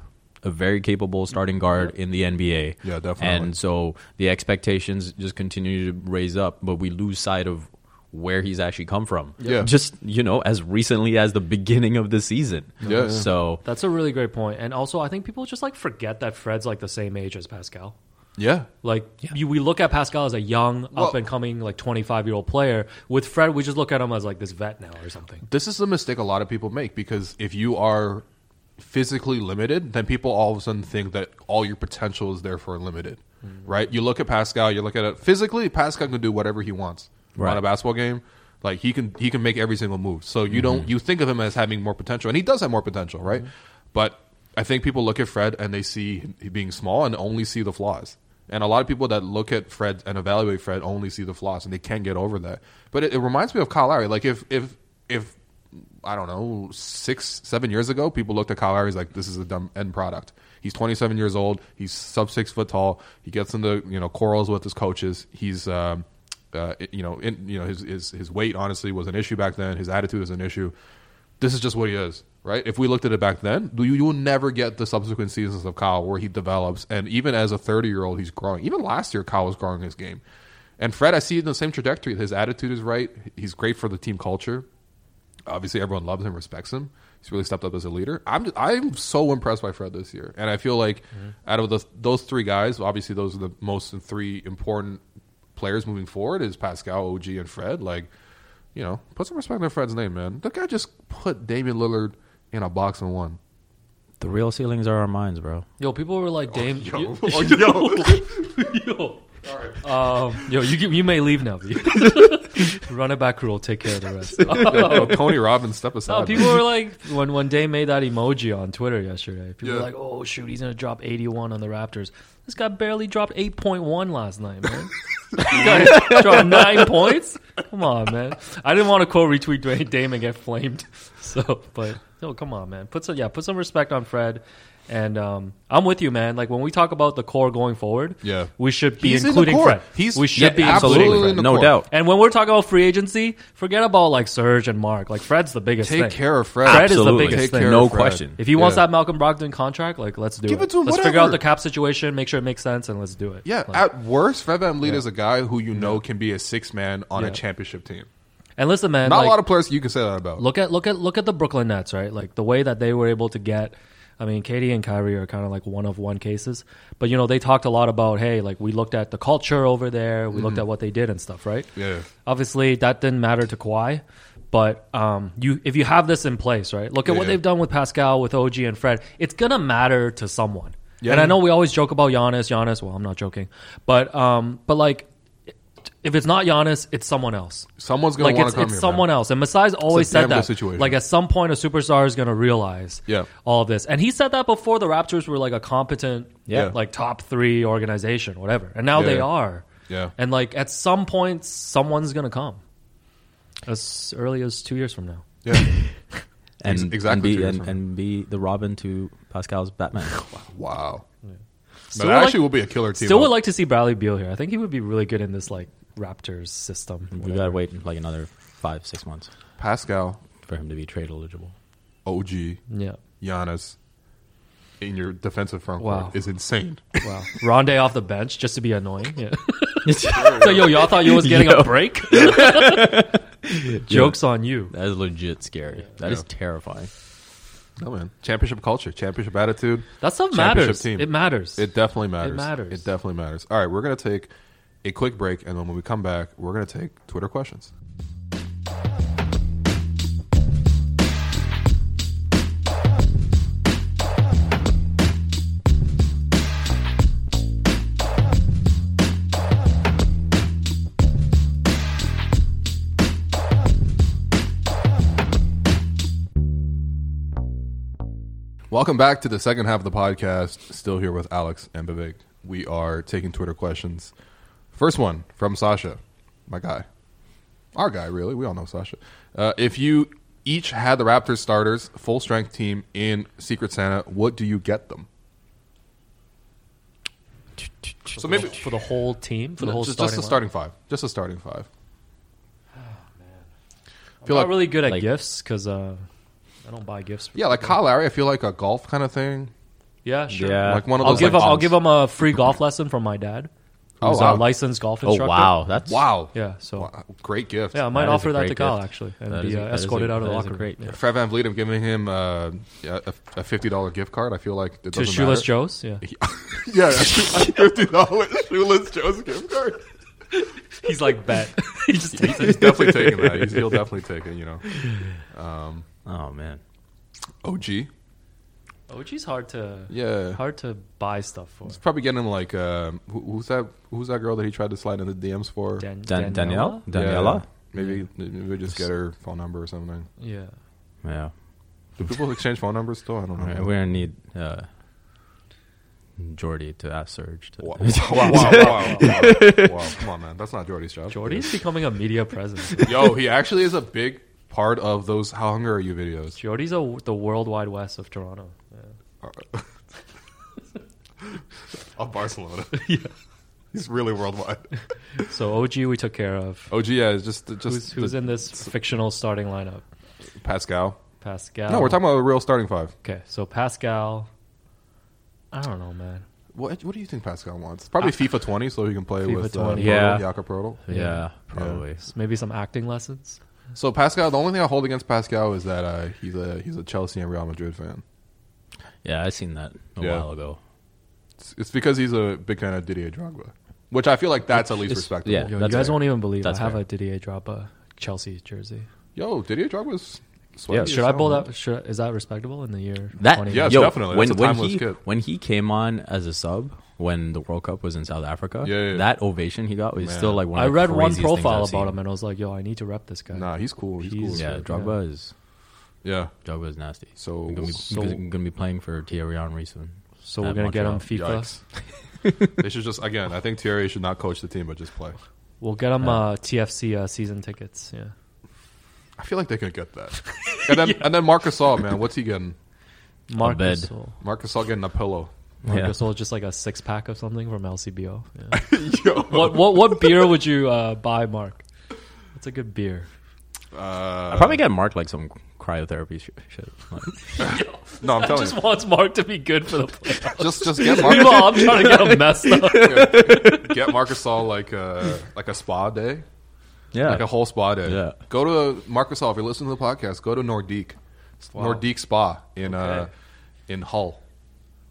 S6: a very capable starting guard in the NBA.
S3: Yeah, definitely.
S6: And so the expectations just continue to raise up, but we lose sight of where he's actually come from.
S3: Yeah.
S6: Just, you know, as recently as the beginning of the season.
S3: Yeah, yeah.
S6: So
S5: That's a really great point. And also, I think people just like forget that Fred's like the same age as Pascal.
S3: Yeah.
S5: Like you, we look at Pascal as a young, up and coming, like twenty five year old player. With Fred, we just look at him as like this vet now or something.
S3: This is the mistake a lot of people make because if you are physically limited, then people all of a sudden think that all your potential is therefore limited, right? You look at Pascal, you look at it physically. Pascal can do whatever he wants on a basketball game. Like he can he can make every single move. So you don't you think of him as having more potential, and he does have more potential, right? But I think people look at Fred and they see him being small and only see the flaws. And a lot of people that look at Fred and evaluate Fred only see the flaws, and they can't get over that. But it, it reminds me of Kyle Lowry. Like if if if I don't know, six, seven years ago, people looked at Kyle Lowry as like, this is a dumb end product. He's 27 years old. He's sub six foot tall. He gets into you know quarrels with his coaches. He's um, uh, you know in, you know his, his his weight honestly was an issue back then. His attitude is an issue. This is just what he is, right? If we looked at it back then, you, you will never get the subsequent seasons of Kyle where he develops. And even as a 30 year old, he's growing. Even last year, Kyle was growing his game. And Fred, I see it in the same trajectory. His attitude is right. He's great for the team culture obviously everyone loves him, respects him. He's really stepped up as a leader. I'm just, I'm so impressed by Fred this year, and I feel like out of the, those three guys, obviously those are the most three important players moving forward is Pascal, OG, and Fred. Like, you know, put some respect on Fred's name, man. The guy just put Damian Lillard in a box and won.
S6: The real ceilings are our minds, bro.
S5: Yo, people were like, "Dame, yo,
S3: Oh, yo.
S5: yo, um, yo, you you may leave now. B. Run it back rule. Take care of the rest.
S3: Yo, Tony Robbins, step aside.
S5: No,
S3: man.
S5: people were like, when when Dame made that emoji on Twitter yesterday, people were
S3: Yeah.
S5: like, "Oh shoot, he's gonna drop 81 on the Raptors." This guy barely dropped 8.1 last night, man. This guy dropped nine points. Come on, man. I didn't want to quote retweet Dwayne Dame and get flamed. So, but no, come on, man. Put some yeah, put some respect on Fred. And um, I'm with you, man. Like when we talk about the core going forward,
S3: Yeah.
S5: we should be
S3: He's in the
S5: including
S3: core.
S5: Fred.
S3: He's-
S5: we should
S3: Yeah,
S5: be
S3: absolutely.
S5: including Fred.
S3: in the
S6: no
S3: core.
S6: doubt.
S5: And when we're talking about free agency, forget about like Serge and Mark. Like Fred's the biggest
S3: Take
S5: thing.
S3: care of Fred.
S5: Fred is the
S6: Absolutely.
S5: biggest
S3: Take
S5: thing.
S3: care
S6: No
S3: of Fred.
S6: question.
S5: If he wants
S3: Yeah.
S5: that Malcolm Brogdon contract, like let's do
S3: Give
S5: it.
S3: it to him,
S5: let's figure out
S3: whatever.
S5: the cap situation, make sure it makes sense, and let's do it.
S3: Yeah,
S5: Like-
S3: at worst, Fred VanVleet is a guy who you know can be a six man on
S5: Yeah.
S3: a championship team.
S5: and listen, man,
S3: Not
S5: like,
S3: a lot of players you can say that about.
S5: look at look at look at the Brooklyn Nets, right? Like the way that they were able to get. I mean, Katie and Kyrie are kind of like one of one cases, but you know they talked a lot about hey, like we looked at the culture over there, we looked at what they did and stuff, right?
S3: Mm-hmm. Yeah.
S5: Obviously, that didn't matter to Kawhi, but um, you if you have this in place, right? Look at what
S3: Yeah.
S5: they've done with Pascal, with OG and Fred. It's gonna matter to someone.
S3: Yeah.
S5: And I know we always joke about Giannis, Giannis. Well, I'm not joking, but um, but like if it's not Giannis, it's someone else.
S3: Someone's gonna
S5: Like
S3: want
S5: it's,
S3: to come
S5: it's
S3: here.
S5: someone else, and Masai's always said
S3: damn good
S5: that.
S3: situation.
S5: Like at some point, a superstar is going to realize
S3: Yeah.
S5: all of this, and he said that before the Raptors were like a competent,
S3: Yeah.
S5: like top three organization, whatever. And now
S3: Yeah.
S5: they are.
S3: Yeah.
S5: And like at some point, someone's going to come. As early as two years from now.
S3: man. Yeah.
S6: And
S3: Ex- exactly
S6: and
S3: what
S6: be,
S3: you're
S6: and,
S3: saying.
S6: and be the Robin to Pascal's Batman.
S3: Wow. But
S5: Still
S3: that
S5: would
S3: actually
S5: like-
S3: will be a killer team.
S5: Still would
S3: up.
S5: like to see Bradley Beal here. I think he would be really good in this like Raptors system.
S6: We gotta wait like another five, six months
S3: Pascal,
S6: for him to be trade eligible.
S3: OG,
S5: Yeah.
S3: Giannis in your defensive front
S5: Wow.
S3: court is insane.
S5: Wow. Rondé off the bench just to be annoying. Yeah. so yo, y'all thought you was getting
S6: Yo.
S5: a break? Jokes on you.
S6: That is legit scary. That is
S3: Yeah.
S6: terrifying.
S3: No man, championship culture, championship attitude.
S5: That stuff
S3: Championship
S5: matters.
S3: team.
S5: It matters.
S3: It definitely matters.
S5: matters.
S3: It definitely matters. All right, we're gonna take a quick break, and then when we come back, we're gonna take Twitter questions. Welcome back to the second half of the podcast. Still here with Alex and Vivek. We are taking Twitter questions. First one from Sasha, my guy, our guy, really. We all know Sasha. Uh, if you each had the Raptors starters, full strength team in Secret Santa, what do you get them? So maybe
S5: for the whole team, for the whole
S3: just,
S5: starting.
S3: just a
S5: lineup.
S3: starting five, just a starting five. I
S5: I'm
S3: feel like
S5: not really good at
S6: like-
S5: gifts because uh, I don't buy gifts.
S3: yeah, like Kyle Lowry. I feel like a golf kind of thing.
S5: yeah, sure.
S6: Yeah.
S3: Like one of
S5: I'll
S3: those,
S5: give
S3: like,
S5: him. I'll
S3: bombs.
S5: give him a free golf lesson from my dad, who's
S3: wow.
S5: a licensed golf
S6: Oh
S5: instructor.
S6: wow, that's
S3: Wow.
S5: Yeah. So
S3: Wow, Great gift.
S5: yeah, I might
S6: That is a
S5: offer that
S6: great
S5: to Kyle
S6: gift.
S5: actually and
S6: That
S5: be
S6: is a-
S5: uh,
S6: that is a-
S5: escorted out of the
S6: that is a
S5: locker
S6: great
S5: room.
S6: gift.
S3: Fred Van Vliet, I'm giving him uh, a, a fifty dollar gift card. I feel like it
S5: To
S3: doesn't
S5: shoeless
S3: matter.
S5: Joe's. Yeah.
S3: yeah, a fifty dollar shoeless Joe's gift card.
S5: He's like bet. he just takes
S3: He's definitely taking that. He's, he'll definitely take it. You know,
S6: Oh man,
S3: OG.
S5: OG's Oh, hard to
S3: Yeah,
S5: hard to buy stuff for.
S3: he's probably getting him like um, who, who's that? Who's that girl that he tried to slide in the DMs for?
S5: Dan-
S6: Dan- Danielle,
S3: Yeah,
S6: Daniela.
S3: Maybe, maybe we just get her phone number or something.
S5: Yeah.
S6: Yeah,
S3: Do people exchange phone numbers still? I don't know.
S6: All right, we're gonna need uh, Jordy to ask Serge. To
S3: Wow, wow, wow, wow, wow, wow, wow. Come on, man. That's not Jordy's job.
S5: Jordy's becoming a media presence.
S3: Yo, he actually is a big part of those How Hungry Are You videos.
S5: Jordy's a, the world wide west of Toronto. Yeah.
S3: of Barcelona. He's really worldwide.
S5: So OG we took care of.
S3: OG Oh, yeah, is just just
S5: Who's, who's
S3: the-
S5: in this fictional starting lineup?
S3: Pascal.
S5: Pascal.
S3: No, we're talking about a real starting five.
S5: Okay, so Pascal. I don't know, man.
S3: What what do you think Pascal wants? Probably FIFA 20 so he can play
S5: FIFA
S3: with
S5: 20.
S3: Uh,
S6: Yeah.
S3: Jakob Prodl.
S6: Yeah, probably.
S5: S- Maybe some acting lessons.
S3: So Pascal, the only thing I hold against Pascal is that uh, he's a he's a Chelsea and Real Madrid fan.
S6: Yeah, I seen that a
S3: Yeah.
S6: while ago.
S3: It's, it's because he's a big fan of Didier Drogba, which I feel like that's at least
S6: It's-
S3: respectable.
S6: yeah.
S5: Yo, you
S6: That's
S5: guys
S6: fair.
S5: won't even believe
S6: That's
S5: I have
S6: fair.
S5: a Didier Drogba Chelsea jersey.
S3: Yo, Didier Drogba's sweaty.
S6: Yeah.
S3: as
S5: Should I
S3: hell,
S5: pull
S3: man.
S5: that? Should, is that respectable in the year?
S6: That
S5: 2019?
S3: Yes,
S6: yo,
S3: definitely.
S6: When,
S3: That's a
S6: when
S3: timeless
S6: he
S3: kid.
S6: when he came on as a sub when the World Cup was in South Africa,
S3: Yeah, yeah, yeah.
S6: that ovation he got was
S3: Man.
S6: still like one. Of
S5: I
S6: the
S5: read one
S6: craziest things
S5: profile
S6: I've
S5: about
S6: seen.
S5: him and I was like, yo, I need to rep this guy.
S3: Nah, he's cool. He's,
S5: He's-
S3: cool.
S6: Yeah,
S5: Yeah.
S6: Drogba is
S3: Yeah.
S6: Drogba is nasty.
S3: So-
S6: gonna be,
S3: so-
S6: gonna, gonna be playing for Thierry Henry soon.
S5: So we're
S6: At
S5: gonna get him
S6: Montreal.
S5: FIFA.
S3: Yikes. they should just again. I think Thierry should not coach the team, but just play.
S5: We'll get him uh, TFC uh, season tickets. Yeah.
S3: I feel like they could get that. And then and then Marcus All, man, what's he getting?
S5: Marcus
S6: bed.
S5: Gasol.
S3: Marcus All getting a pillow.
S5: Marc
S6: Yeah.
S5: Gasol, just like a six pack of something from LCBO. Yeah.
S3: Yo.
S5: what what what beer would you uh, buy, Mark? That's a good beer.
S3: Uh,
S6: I probably get marked like some cryotherapy sh- shit. Like,
S3: No, I'm telling
S5: Just
S3: you.
S5: wants Mark to be good for the playoffs.
S3: Just just get
S5: Meanwhile,
S3: Marcus
S5: I'm trying to get him messed up.
S3: get Marcus All like a like a spa day,
S6: yeah,
S3: like a whole spa day.
S6: Yeah.
S3: Go to Marcus All if you listen to the podcast. Go to Nordique, Nordique Spa in uh,
S5: Okay.
S3: in Hull.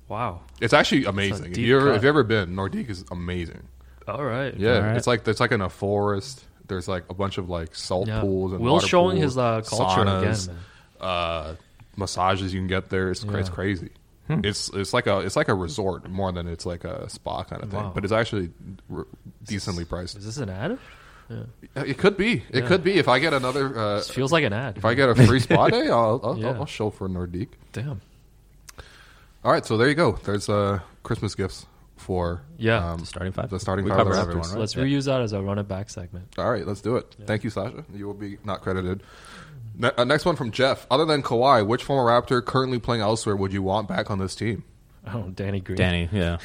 S5: Wow.
S3: It's actually amazing. If
S5: deep
S3: you ever
S5: cut.
S3: if you ever been, Nordique is amazing.
S5: All right.
S3: Yeah,
S6: All right.
S3: it's like it's like in a forest. There's like a bunch of like salt
S5: Yeah.
S3: pools and
S5: Will's
S3: water
S5: showing
S3: pools,
S5: his, uh, culture again,
S3: saunas,
S5: man.
S3: Uh, massages you can get there. It's, cra- it's
S5: Yeah.
S3: crazy.
S6: Hmm.
S3: It's it's like a it's like a resort more than it's like a spa kind of thing.
S5: Wow.
S3: But it's actually r decently priced.
S5: Is this an ad?
S3: It could be. It could be. If I get another, uh,
S5: This feels like an ad.
S3: if I get a free spa day, I'll I'll,
S5: Yeah.
S3: I'll show for Nordique.
S5: Damn.
S3: All right, so there you go. There's uh, Christmas gifts for
S5: Yeah.
S3: um,
S6: The starting five.
S3: The starting
S6: We
S3: five. of
S6: covered
S3: the
S6: everyone,
S3: Raptors.
S6: right?
S5: Let's
S6: Yeah.
S5: reuse that as a run it back segment.
S3: All right, let's do it. Thank you, Sasha. You will be not credited. Ne- uh, next one from Jeff. Other than Kawhi, which former Raptor currently playing elsewhere would you want back on this team?
S5: Oh, Danny Green.
S6: Danny, yeah,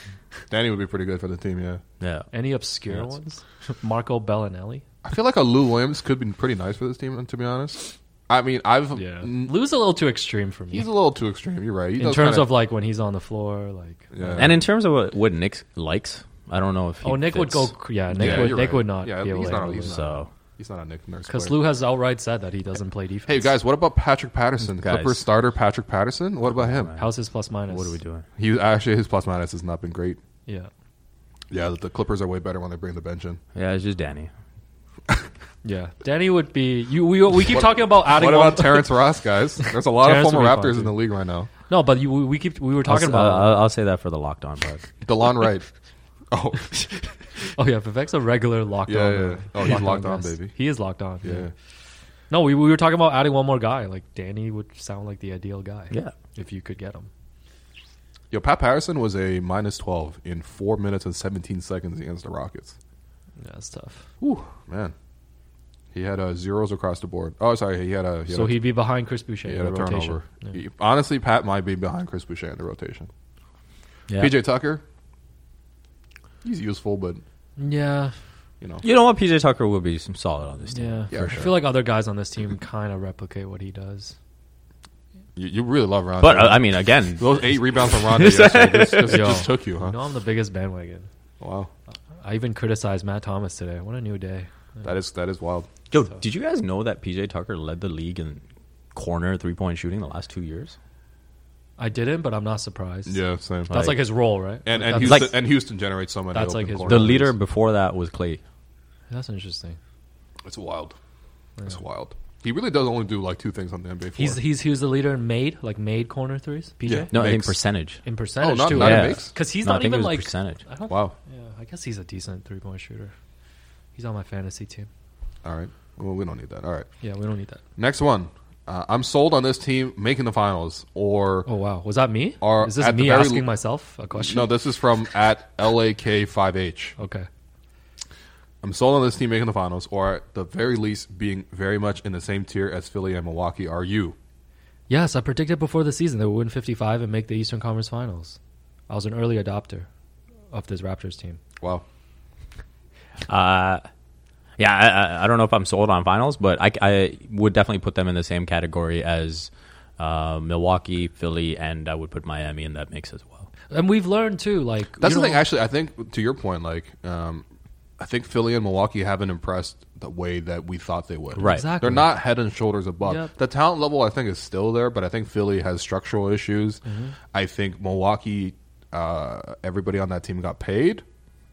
S3: Danny would be pretty good for the team, yeah.
S6: yeah.
S5: Any obscure ones? Marco Bellinelli.
S3: I feel like a Lou Williams could be pretty nice for this team, to be honest. I mean, I've
S5: Yeah,
S3: n-
S5: Lou's a little too extreme for me
S3: he's a little too extreme. You're right. He
S5: in
S3: does
S5: terms
S3: kinda-
S5: of like when he's on the floor. Like,
S3: yeah.
S6: And in terms of what, what Nick likes, I don't know if he
S5: oh, Nick would
S6: fits.
S5: go. cr- Yeah, Nick
S3: Yeah,
S5: would.
S3: you're
S5: Nick
S3: right.
S5: would not.
S3: Yeah,
S5: be
S3: he's
S5: able
S3: not
S5: to
S3: a- he's
S5: handle
S3: not-
S5: it.
S6: So
S3: he's not a Nick Nurse.
S5: Because
S3: player.
S5: Lou has outright said that he doesn't play defense.
S3: Hey guys, what about Patrick Patterson,
S6: Guys.
S3: Clippers starter Patrick Patterson? What about him?
S5: how's his plus minus?
S6: what are we doing?
S3: He actually his plus minus has not been great.
S5: Yeah,
S3: Yeah, the Clippers are way better when they bring the bench in.
S6: Yeah, it's just Danny.
S5: yeah. Danny would be. You we we keep talking about adding.
S3: What
S5: one-
S3: about Terrence Ross, guys? There's a lot of
S5: Terrence
S3: former
S5: would be fun,
S3: Raptors in
S5: too.
S3: the league right now.
S5: No, but you, we keep we were
S6: I'll,
S5: talking
S6: s-
S5: about.
S3: uh,
S6: I'll, I'll say that for the locked on pod.
S3: DeLon Wright. Oh,
S5: oh yeah, Vivek's a regular locked
S3: Yeah,
S5: on.
S3: yeah.
S5: uh,
S3: Oh, he's locked on,
S5: guest.
S3: baby.
S5: He is locked on.
S3: yeah.
S5: No, we, we were talking about adding one more guy. Like Danny would sound like the ideal guy.
S6: Yeah.
S5: If you could get him.
S3: Yo, Pat Patterson was a minus 12 in 4 minutes and 17 seconds against the Rockets.
S5: Yeah, that's tough.
S3: Whew, man. He had uh, zeros across the board. Oh, sorry. He had a, he had
S5: so
S3: a,
S5: he'd be behind Chris Boucher
S3: he
S5: in
S3: had
S5: the
S3: a
S5: rotation.
S3: turnover. He- honestly, Pat might be behind Chris Boucher in the rotation.
S6: Yeah.
S3: PJ Tucker, he's useful, but,
S5: Yeah,
S3: you know.
S6: You know what? PJ Tucker will be some solid on this team.
S5: yeah.
S3: Yeah, for
S5: I
S3: sure.
S5: feel like other guys on this team kind of replicate what he does.
S3: You, you really love Ron.
S6: But uh, I mean, again,
S3: those eight rebounds from Ron yesterday just, just,
S5: Yo.
S3: just took you, huh?
S5: You know, I'm the biggest bandwagon.
S3: Wow.
S5: I even criticized Matt Thomas today. What a new day.
S3: That is that is wild.
S6: yo, did you guys know that PJ Tucker led the league in corner three point shooting the last two years?
S5: I didn't, but I'm not surprised.
S3: Yeah, same.
S5: That's like his role, right?
S3: and and
S5: that's,
S3: Houston,
S6: like-
S3: and Houston generates so many.
S5: that's
S3: open
S5: like his-
S3: corners.
S6: The leader before that was Clay.
S5: that's interesting.
S3: It's wild. It's wild. He really does only do like two things on the NBA floor.
S5: He's he's he was the leader in made like made corner threes. PJ
S3: Yeah.
S6: No, in
S3: Makes-
S6: percentage.
S5: in percentage
S3: not-
S5: too.
S3: not in
S5: right?
S3: makes?
S5: he's
S6: No, I
S5: not
S6: think it
S5: even
S6: was
S5: like
S6: percentage.
S5: I don't,
S3: wow.
S5: Yeah, I guess he's a decent three point shooter. He's on my fantasy team.
S3: All right. Well, we don't need that. All right.
S5: Yeah, we don't need that.
S3: Next one. Uh, I'm sold on this team making the finals. Or
S5: Oh wow, was that me?
S3: Or
S5: Is this
S3: at the
S5: me
S3: very
S5: asking
S3: l-
S5: myself a question?
S3: no, this is from at LAK5H.
S5: Okay.
S3: I'm sold on this team making the finals, or at the very least being very much in the same tier as Philly and Milwaukee. Are you?
S5: Yes, I predicted before the season they would win 55 and make the Eastern Conference Finals. I was an early adopter of this Raptors team.
S3: Wow.
S6: Uh, yeah, I- I, I don't know if I'm sold on finals, but I, I would definitely put them in the same category as uh, Milwaukee, Philly, and I would put Miami in that mix as well.
S5: And we've learned too, like
S3: That's
S5: you
S3: the
S5: know-
S3: thing. Actually, I think to your point, like, um, I think Philly and Milwaukee haven't impressed the way that we thought they would.
S6: Right.
S5: Exactly.
S3: They're not head and shoulders above.
S5: Yep.
S3: The talent level, I think, is still there, but I think Philly has structural issues.
S5: Mm-hmm.
S3: I think Milwaukee, uh, everybody on that team got paid.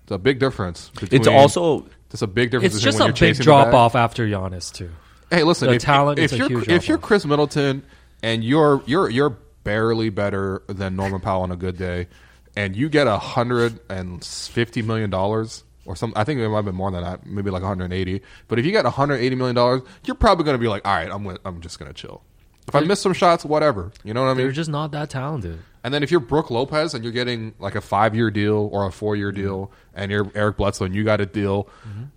S3: It's a big difference. Between,
S6: It's also
S3: it's a big difference.
S5: It's
S3: between
S5: just
S3: when
S5: a
S3: you're
S5: big
S3: chasing the bag.
S5: drop off after Giannis too.
S3: Hey, listen,
S5: The
S3: if,
S5: talent
S3: if
S5: is a
S3: you're
S5: huge
S3: if you're
S5: drop-off.
S3: Chris Middleton and you're you're you're barely better than Norman Powell on a good day, and you get a hundred and fifty million dollars or some, I think it might have been more than that, maybe like one hundred eighty. But if you get one hundred eighty million dollars, you're probably going to be like, all right, I'm gonna, I'm just going to chill. If I miss some shots, whatever. You know what I
S5: They're
S3: mean?
S5: just not that talented.
S3: And then if you're Brooke Lopez and you're getting like a five year deal or a four
S5: Mm-hmm.
S3: year deal, and you're Eric Bledsoe and you got a deal,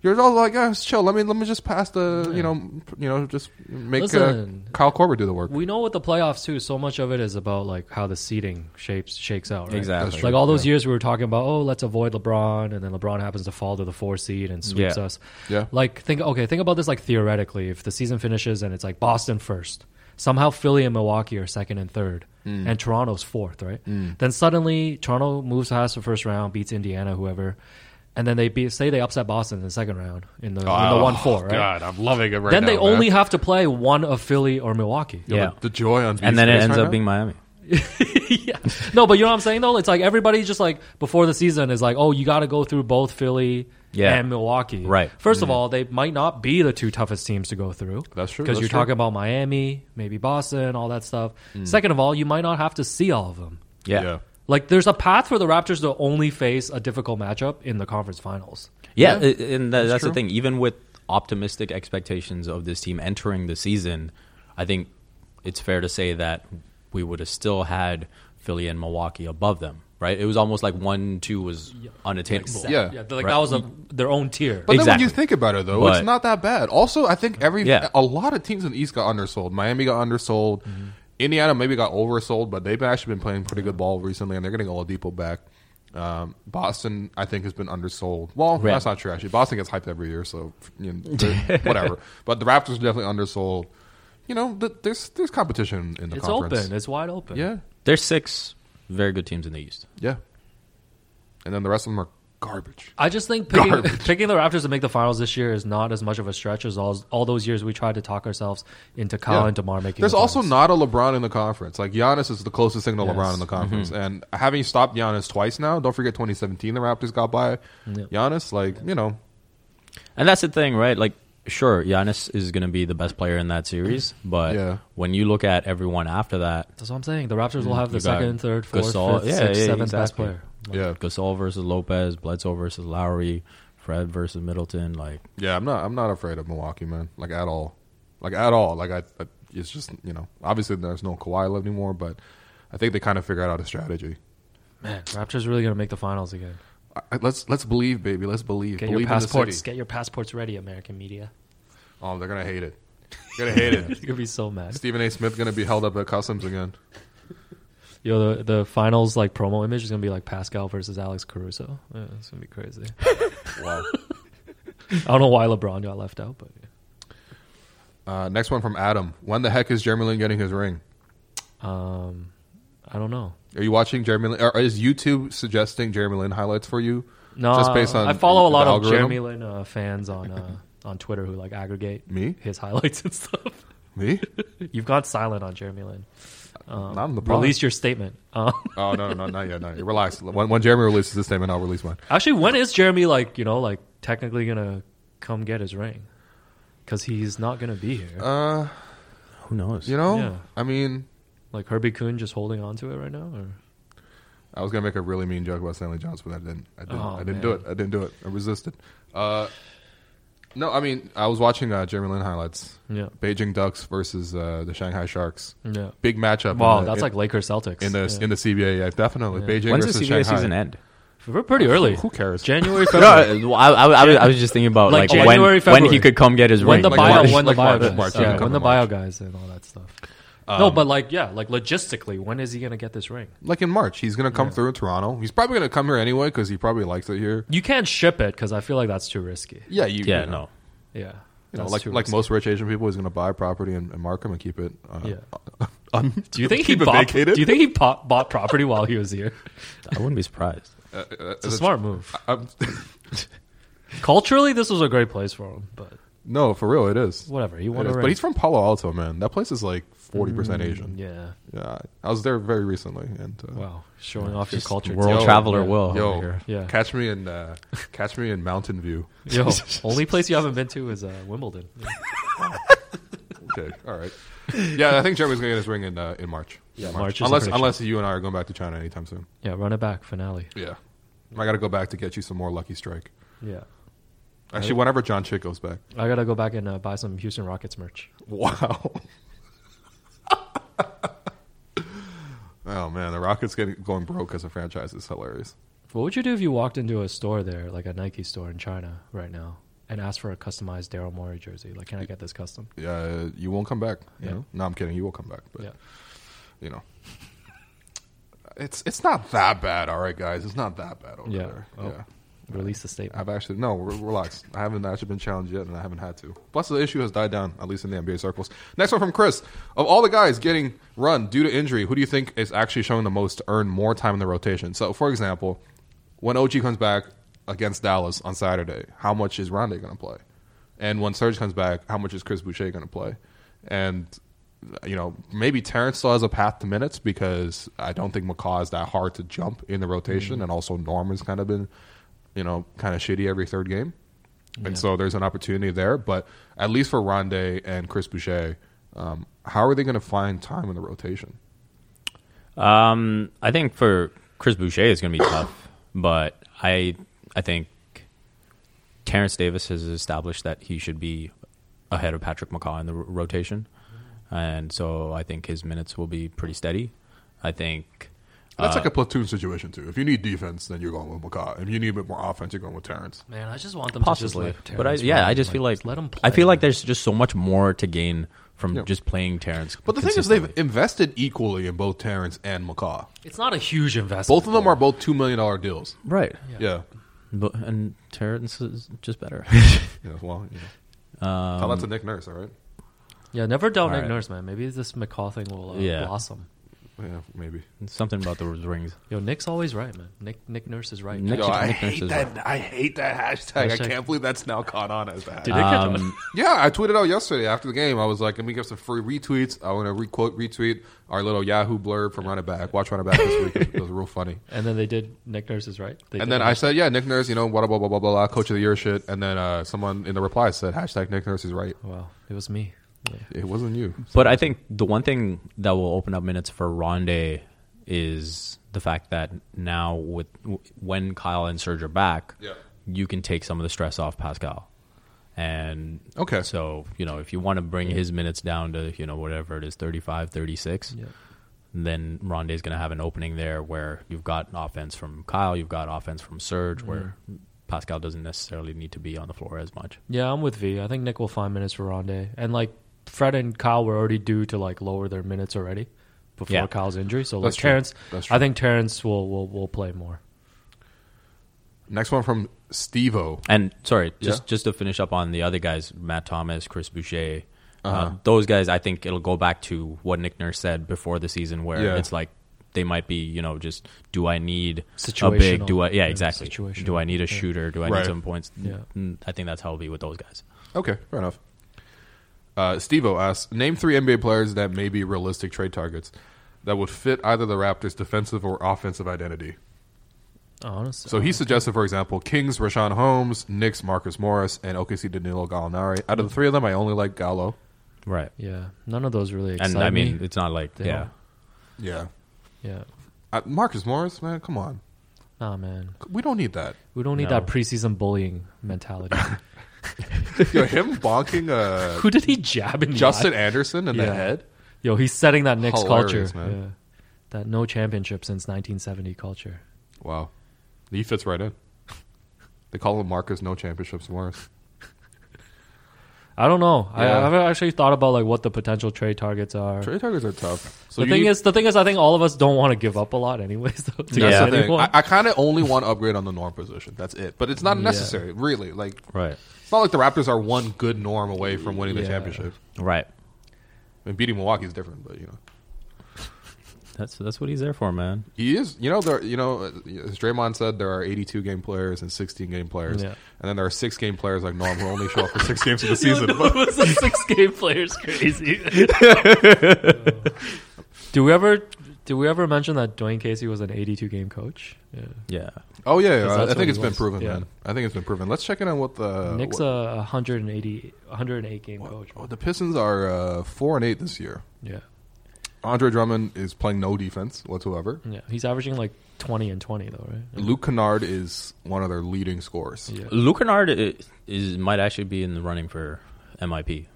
S3: you're all like, guys, chill. Let me let me just pass the you know m- you know just make uh,
S5: Listen.
S3: Kyle Korver do the work.
S5: We know with the playoffs too. So much of it is about like how the seeding shapes shakes out. Right?
S6: Exactly. That's
S5: Like all those years we were talking about. Oh, let's avoid LeBron, and then LeBron happens to fall to the four seed and sweeps
S6: Yeah.
S5: us.
S3: Yeah.
S5: Like think. Okay, think about this. Like theoretically, if the season finishes and it's like Boston first, somehow Philly and Milwaukee are second and third,
S6: Mm.
S5: and Toronto's fourth, right? Then suddenly Toronto moves past the first round, beats Indiana, whoever. And then they be, say they upset Boston in the second round in the, in Oh, the one four, right?
S3: I'm loving it Oh, right
S5: then they only have to play one of Philly or Milwaukee.
S6: yeah,
S3: the joy on
S6: and
S3: B's
S6: then it
S3: face
S6: ends
S3: right
S6: up
S3: now.
S6: being Miami.
S5: yeah. No, but you know what I'm saying though? It's like everybody just like before the season is like, oh, you got to go through both Philly
S6: Yeah.
S5: and Milwaukee.
S6: Right.
S5: First of all, they might not be the two toughest teams to go through.
S3: Mm-hmm. That's true,
S5: Because
S3: that's
S5: you're
S3: true. Mm.
S5: talking about Miami, maybe Boston, all that stuff. Second of all, you might not have to see all of them.
S6: Yeah.
S3: Yeah.
S6: yeah.
S5: Like there's a path for the Raptors to only face a difficult matchup in the conference finals.
S6: a- and tha- that's, the thing. Even with optimistic expectations of this team entering the season, I think it's fair to say that we would have still had Philly and Milwaukee above them, right? It was almost like one, two was unattainable.
S3: Yeah.
S5: Yeah,
S6: Right.
S5: like that was a, their own tier.
S3: But then when you
S6: Exactly.
S3: think about it, though, it's
S6: But-
S3: not that bad. Also, I think every
S6: Yeah. Mm-hmm.
S3: a lot of teams in the East got undersold. Miami got undersold. Indiana maybe got oversold, but they've actually been playing pretty good ball recently, and they're getting Oladipo back. Um, Boston, I think, has been undersold. Well,
S6: Right.
S3: that's not true. Actually, Boston gets hyped every year, so you know, they're- whatever. But the Raptors are definitely undersold. You know, th- there's there's competition in the
S5: It's
S3: conference.
S5: open. It's wide open.
S3: Yeah,
S6: There's six very good teams in the East.
S3: yeah. And then the rest of them are garbage.
S5: I just think picking,
S3: Garbage.
S5: picking the Raptors to make the finals this year is not as much of a stretch as all, all those years we tried to talk ourselves into Kyle
S3: Yeah.
S5: and DeMar making.
S3: There's
S5: the
S3: also not
S5: finals.
S3: a LeBron in the conference. Like Giannis is the closest thing to
S5: Yes. Mm-hmm.
S3: LeBron in the conference, and having stopped Giannis twice now, don't forget 2017 the Raptors got by Giannis. Like you know,
S6: And that's the thing, right? Like, sure, Giannis is going to be the best player in that series, but
S3: Yeah.
S6: when you look at everyone after that,
S5: That's what I'm saying. The Raptors will have the
S6: Mm, You got
S5: second, third, fourth,
S6: Gasol.
S5: fifth,
S6: Yeah,
S5: sixth,
S6: yeah,
S5: seventh best
S6: exactly.
S5: player.
S3: yeah,
S6: Gasol versus Lopez, Bledsoe versus Lowry, Fred versus Middleton, like
S3: yeah. I'm not I'm not afraid of Milwaukee, man. Like at all, like at all. Like I, I it's just you know, obviously there's no Kawhi left anymore, but I think they kind of figured out a strategy.
S5: Man, Raptors really gonna make the finals again.
S3: I, I- let's let's believe, baby. Let's believe.
S5: Get
S3: believe
S5: your
S3: in the
S5: passports.
S3: city.
S5: Get your passports ready, American media.
S3: Oh, they're gonna hate it. They're gonna hate it.
S5: You're gonna be so mad.
S3: Stephen A. Smith gonna be held up at customs again.
S5: Yo, the the finals like promo image is gonna be like Pascal versus Alex Caruso. Yeah, it's gonna be crazy.
S3: Wow.
S5: I don't know why LeBron got left out, but
S3: Uh, next one from Adam. When the heck is Jeremy Lin getting his ring?
S5: um, I don't know.
S3: Are you watching Jeremy Lin? Or is YouTube suggesting Jeremy Lin highlights for you?
S5: No,
S3: just based on
S5: I follow a
S3: the
S5: lot of
S3: algorithm?
S5: Jeremy Lin uh, fans on uh, on Twitter who like aggregate
S3: Me?
S5: his highlights and stuff.
S3: Me?
S5: You've gone silent on Jeremy Lin.
S3: Not on the pod.
S5: Um, Release your statement. Um,
S3: Oh no, no, no, not yet, not yet. Relax. When, when Jeremy releases this statement, I'll release mine.
S5: actually, when is Jeremy like you know like technically gonna come get his ring? Because he's not gonna be here.
S3: Uh,
S6: who knows?
S3: you know,
S5: Yeah.
S3: I mean,
S5: like Herbie Kuhn just holding on to it right now. Or?
S3: I was gonna make a really mean joke about Stanley Johnson, but I didn't. I didn't.
S5: Oh,
S3: I didn't
S5: man.
S3: do it. I didn't do it. I resisted. Uh, no, I mean, I was watching uh, Jeremy Lin highlights.
S5: Yeah.
S3: Beijing Ducks versus uh, the Shanghai Sharks.
S5: Hmm. Yeah.
S3: Big matchup. in
S5: Wow,
S3: the-
S5: that's
S3: in-
S5: like Lakers Celtics
S3: in the
S5: Yeah.
S3: in the CBA. Yeah, definitely. Beijing
S6: When's the
S3: versus
S6: CBA
S3: Shanghai.
S6: season end?
S5: We're pretty early.
S3: Who cares?
S5: January,
S6: No,
S5: February.
S6: I, I, I, was- I was just thinking about like,
S5: Like January,
S6: when, when
S5: February.
S6: he could come get his
S5: when
S6: ring.
S5: the
S3: Like
S5: bio,
S3: March,
S5: when
S3: like
S5: the bio,
S3: March,
S5: guys,
S3: March,
S5: yeah, Um,
S3: yeah,
S5: when
S3: come
S5: the
S3: in
S5: bio
S3: March.
S5: guys and all that stuff. no, but like, yeah, like logistically, when is he gonna get this ring?
S3: like in March. He's going to come through Toronto. He's probably going to come here anyway because he probably likes it here.
S5: You can't ship it because I feel like that's too risky.
S3: Yeah, you,
S6: yeah,
S3: you know,
S6: no.
S5: Yeah,
S3: you know,
S5: that's
S3: like
S5: too
S3: like
S5: risky.
S3: most rich Asian people, he's going to buy property and, and mark 'em and keep it. Uh,
S5: Yeah.
S3: un-
S5: Do you think he
S3: keep it
S5: bought?
S3: vacated?
S5: Do you think he po- bought property while he was here?
S6: I wouldn't be surprised.
S3: Uh,
S5: It's a smart move.
S3: I'm-
S5: Culturally, this was a great place for him, but
S3: no, for real, it is.
S5: whatever. He
S3: It
S5: won a
S3: is.
S5: ring.
S3: But he's from Palo Alto, man. That place is like forty percent Asian.
S5: Mm, yeah.
S3: Yeah, I was there very recently, and uh,
S5: Wow, showing off your culture.
S6: World
S3: Yo,
S6: traveler
S5: yeah.
S6: will. over
S3: yo,
S6: here.
S5: Yeah.
S3: catch me in uh, catch me in Mountain View.
S5: Yo, only place you haven't been to is uh, Wimbledon.
S3: Okay, all right. Yeah, I think Jeremy's going to get his ring in uh, in March.
S5: Yeah, March is the
S3: unless
S5: prediction.
S3: unless you and I are going back to China anytime soon.
S5: Yeah, run it back finale.
S3: Yeah. I got to go back to get you some more Lucky Strike.
S5: Yeah.
S3: Actually, whenever John Chick goes back.
S5: I gotta go back and uh, buy some Houston Rockets merch.
S3: Wow. oh, man. The Rockets getting, going broke as a franchise is hilarious.
S5: What would you do if you walked into a store there, like a Nike store in China right now, and asked for a customized Daryl Morey jersey? Like, can I get this custom?
S3: Yeah, you won't come back. You
S5: Yeah.
S3: know? No, I'm kidding. You will come back. But,
S5: Yeah.
S3: you know. It's it's not that bad, all right, guys. It's not that bad over
S5: Yeah.
S3: there.
S5: Oh.
S3: Yeah.
S5: Release the statement.
S3: I've actually no, re- relax. I haven't actually been challenged yet, and I haven't had to. Plus, the issue has died down, at least in the NBA circles. Next one from Chris: Of all the guys getting run due to injury, who do you think is actually showing the most to earn more time in the rotation? So, for example, when OG comes back against Dallas on Saturday, how much is Rondé going to play? And when Serge comes back, how much is Chris Boucher going to play? And you know, maybe Terrence still has a path to minutes because I don't think McCaw is that hard to jump in the rotation, and also Norm has kind of been you know, kind of shitty every third game. And so there's an opportunity there. But at least for Rondé and Chris Boucher, um, how are they going to find time in the rotation?
S6: Um, I think for Chris Boucher is going to be tough, but I I think Terrence Davis has established that he should be ahead of Patrick McCaw in the ro- rotation, and so I think his minutes will be pretty steady. I think
S3: That's
S6: Uh,
S3: like a platoon situation, too. If you need defense, then you're going with McCaw. If you need a bit more offense, you're going with Terrence.
S5: Man, I just want them
S6: possibly, but I yeah I just feel like
S5: let them. Play.
S6: I feel like there's just so much more to gain from just playing Terrence.
S3: But the thing is, they've
S6: consistently.
S3: invested equally in both Terrence and McCaw.
S5: It's not a huge investment.
S3: Both of them are both two million dollar deals.
S6: right,
S3: Yeah.
S6: But, and Terrence is just better.
S3: Yeah. Well. You know. Tell
S6: Um,
S3: that to Nick Nurse. All right.
S5: Yeah, never doubt Nick
S6: right.
S5: Nurse, man. Maybe this McCall thing will uh,
S6: Yeah.
S5: blossom.
S3: Yeah. Maybe.
S6: Something about those rings.
S5: Yo, Nick's always right, man. Nick Nick Nurse is right.
S6: Nick-
S3: Yo,
S6: Nick
S3: I
S6: Nurse
S3: hate
S6: is
S3: that. I hate that hashtag. I
S5: Hashtag-
S3: can't believe that's now caught on as that.
S5: Did it catch
S6: um,
S5: on?
S3: Yeah, I tweeted out yesterday after the game. I was like, let me give some free retweets. I want to requote retweet our little Yahoo blurb from Running Back. Watch Running Back this week. It was real funny.
S5: and then they did Nick Nurse is right. They
S3: And
S5: did
S3: then I said, yeah, Nick Nurse, you know, blah, blah, blah, blah, blah, blah, coach of the year shit. And then uh, someone in the reply said, hashtag Nick Nurse is right.
S5: Wow, it was me. Yeah.
S3: It wasn't you.
S6: But I think the one thing that will open up minutes for Rondé is the fact that now with when Kyle and Serge are back,
S3: Yeah.
S6: you can take some of the stress off Pascal. And
S3: Okay.
S6: so, you know, if you want to bring his minutes down to, you know, whatever it is, 35, 36, then Rondé's going to have an opening there where you've got offense from Kyle, you've got offense from Serge
S3: Mm-hmm.
S6: where Pascal doesn't necessarily need to be on the floor as much.
S5: Yeah, I'm with V. I think Nick will find minutes for Rondé. And like Fred and Kyle were already due to like lower their minutes already before
S6: Yeah.
S5: Kyle's injury. So like
S3: That's true.
S5: Terrence
S3: That's
S5: I think Terrence will, will will play more.
S3: Next one from Steve O.
S6: And sorry, just
S3: Yeah.
S6: just to finish up on the other guys, Matt Thomas, Chris Boucher, uh those guys, I think it'll go back to what Nick Nurse said before the season, where
S3: Yeah.
S6: it's like they might be, you know, just do I need a
S5: Situational.
S6: big, do I, yeah,
S5: Yeah,
S6: exactly,
S5: situational.
S6: do I need a shooter, do I
S3: Right.
S6: need some points?
S5: Yeah.
S6: Mm, I think that's how it'll be with those guys.
S3: Okay, fair enough. Uh, Steve O asks, name three NBA players that may be realistic trade targets that would fit either the Raptors' defensive or offensive identity.
S5: Honestly.
S3: So he suggested, for example, Kings, Rashawn Holmes, Knicks, Marcus Morris, and OKC Danilo Gallinari. Out of the three of them, I only like Gallo.
S6: Right,
S5: yeah. None of those really excite
S6: and I mean,
S5: me.
S6: it's not like
S5: They
S6: yeah,
S5: don't-
S3: Yeah.
S5: yeah.
S3: Uh, Marcus Morris, man, come on.
S5: Nah man.
S3: We don't need that.
S5: We don't need
S6: No.
S5: that preseason bullying mentality.
S3: Yo, him bonking uh,
S5: Who did he jab in the
S3: Justin
S5: eye?
S3: Anderson in the
S5: Yeah.
S3: head.
S5: Yo, he's setting that Knicks
S3: Hilarious,
S5: culture.
S3: man.
S5: Yeah. That no championship since 1970 culture.
S3: Wow. He fits right in. They call him Marcus No Championships Morris.
S5: I don't know. I,
S3: Yeah.
S5: I haven't actually thought about like what the potential trade targets are.
S3: Trade targets are tough. So
S5: the
S3: you
S5: thing
S3: need-
S5: is, the thing is, I think all of us don't want to give up a lot, anyways. Though, to
S6: That's
S5: get
S3: That's
S6: Yeah.
S3: the thing.
S5: anyone.
S3: I, I kind of only want to upgrade on the norm position. That's it. But it's not necessary, really. Like
S6: right,
S3: it's not like the Raptors are one good norm away from winning the
S5: Yeah.
S3: championship.
S6: right.
S3: I mean, beating Milwaukee is different, but you know
S6: That's that's what he's there for, man.
S3: he is. You know, there. You know, uh, as Draymond said, there are 82 game players and 16 game players,
S5: Yeah.
S3: and then there are six game players like Norm who only show up for six games of the season. But
S5: was the six game players crazy? do we ever? Do we ever mention that Dwayne Casey was an 82 game coach? Yeah.
S6: Yeah,
S3: oh yeah, yeah, I- I
S5: that's what
S3: think
S5: he
S3: it's been
S5: was.
S3: proven,
S5: Yeah. uh,
S3: man. I think it's been proven. Let's check in on what the
S5: Nick's
S3: Uh, what-
S5: a 180, 108 game coach.
S3: oh,
S5: man.
S3: the Pistons are uh, four and eight this year.
S5: yeah,
S3: Andre Drummond is playing no defense whatsoever.
S5: yeah. He's averaging like 20 and 20 though, right?
S3: Luke Kennard is one of their leading scorers.
S5: Yeah.
S6: Luke Kennard i- is might actually be in the running for MIP.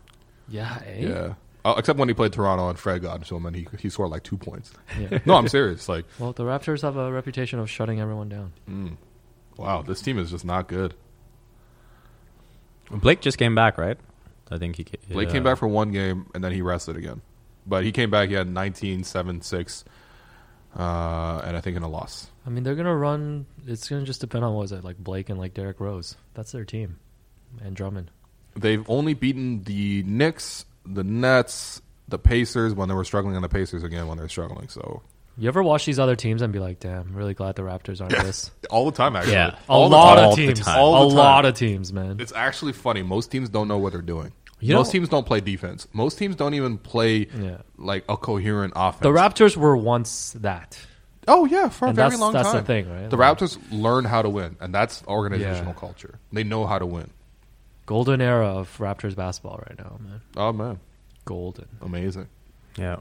S5: Yeah, eh?
S3: Yeah. Uh, except when he played Toronto and Fred got into him and he, he scored like two points.
S5: Yeah.
S3: No, I'm serious. Like,
S5: Well, the Raptors have a reputation of shutting everyone down.
S3: wow, this team is just not good.
S6: Blake just came back, right? I think he ca- uh,
S3: Blake
S6: yeah.
S3: came back for one game and then he rested again. But he came back, he had 19, 7, 6, uh, and I think in a loss.
S5: I mean, they're gonna run. It's gonna just depend on what is it like Blake and like Derrick Rose. That's their team, and Drummond.
S3: They've only beaten the Knicks, the Nets, the Pacers when they were struggling, and the Pacers again when they're struggling. So,
S5: You ever watch these other teams and be like, "Damn, really glad the Raptors aren't this."
S3: all the time, actually.
S6: Yeah.
S5: A
S3: All the
S5: lot
S3: time.
S5: of teams,
S6: time.
S3: All
S5: a
S3: the time.
S5: lot of teams, man.
S3: It's actually funny. Most teams don't know what they're doing.
S6: You
S3: Most
S6: know-
S3: teams don't play defense. Most teams don't even play
S5: Yeah.
S3: like a coherent offense.
S5: The Raptors were once that.
S3: Oh yeah, for a
S5: And
S3: very
S5: that's-
S3: long
S5: that's the
S3: time.
S5: thing, right?
S3: The
S5: Like-
S3: Raptors learn how to win, and that's organizational
S5: Yeah.
S3: culture. They know how to win.
S5: Golden era of Raptors basketball right now, man.
S3: Oh man,
S5: Golden.
S3: amazing.
S6: Yeah.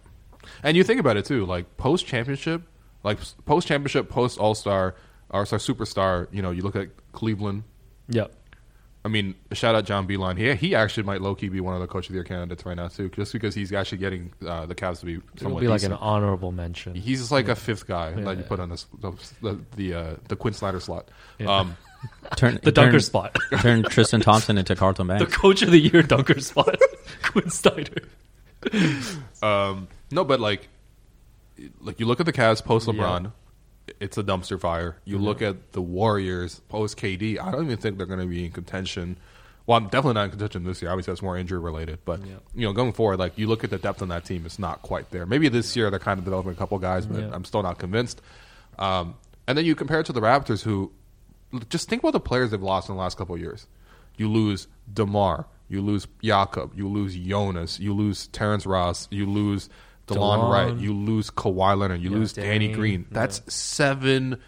S3: And you think about it too, like post championship, like post championship, post All Star, All Star superstar. You know, you look at Cleveland.
S5: Yep.
S3: I mean, shout out John Beeline. He he actually might low key be one of the coach of the year candidates right now too, just because he's actually getting uh, the Cavs to be
S5: It'll
S3: somewhat
S5: be like an
S3: decent.
S5: honorable mention.
S3: He's just like a fifth guy that you
S5: yeah.
S3: put on this the the, the, uh, the Quinn Snyder slot.
S5: Yeah.
S3: Um,
S6: Turn,
S5: the dunker spot.
S6: Turn Tristan Thompson into Carlton
S5: the
S6: Banks.
S5: coach of the year dunker spot. Quinn Snyder.
S3: um, no, but like, like you look at the Cavs post LeBron, it's a dumpster fire. You look at the Warriors post KD. I don't even think they're going to be in contention. Well, I'm definitely not in contention this year. Obviously, that's more injury related. But you know, going forward, like you look at the depth on that team, it's not quite there. Maybe this year they're kind of developing a couple guys, but
S5: Yeah.
S3: I'm still not convinced. Um, and then you compare it to the Raptors, who just think about the players they've lost in the last couple of years. You lose Demar, you lose Jakob, you lose Jonas, you lose Terrence Ross, you lose DeLon,
S5: DeLon.
S3: Wright, you lose Kawhi Leonard, you lose Danny,
S5: Danny,
S3: Green.
S5: yeah.
S3: That's seven.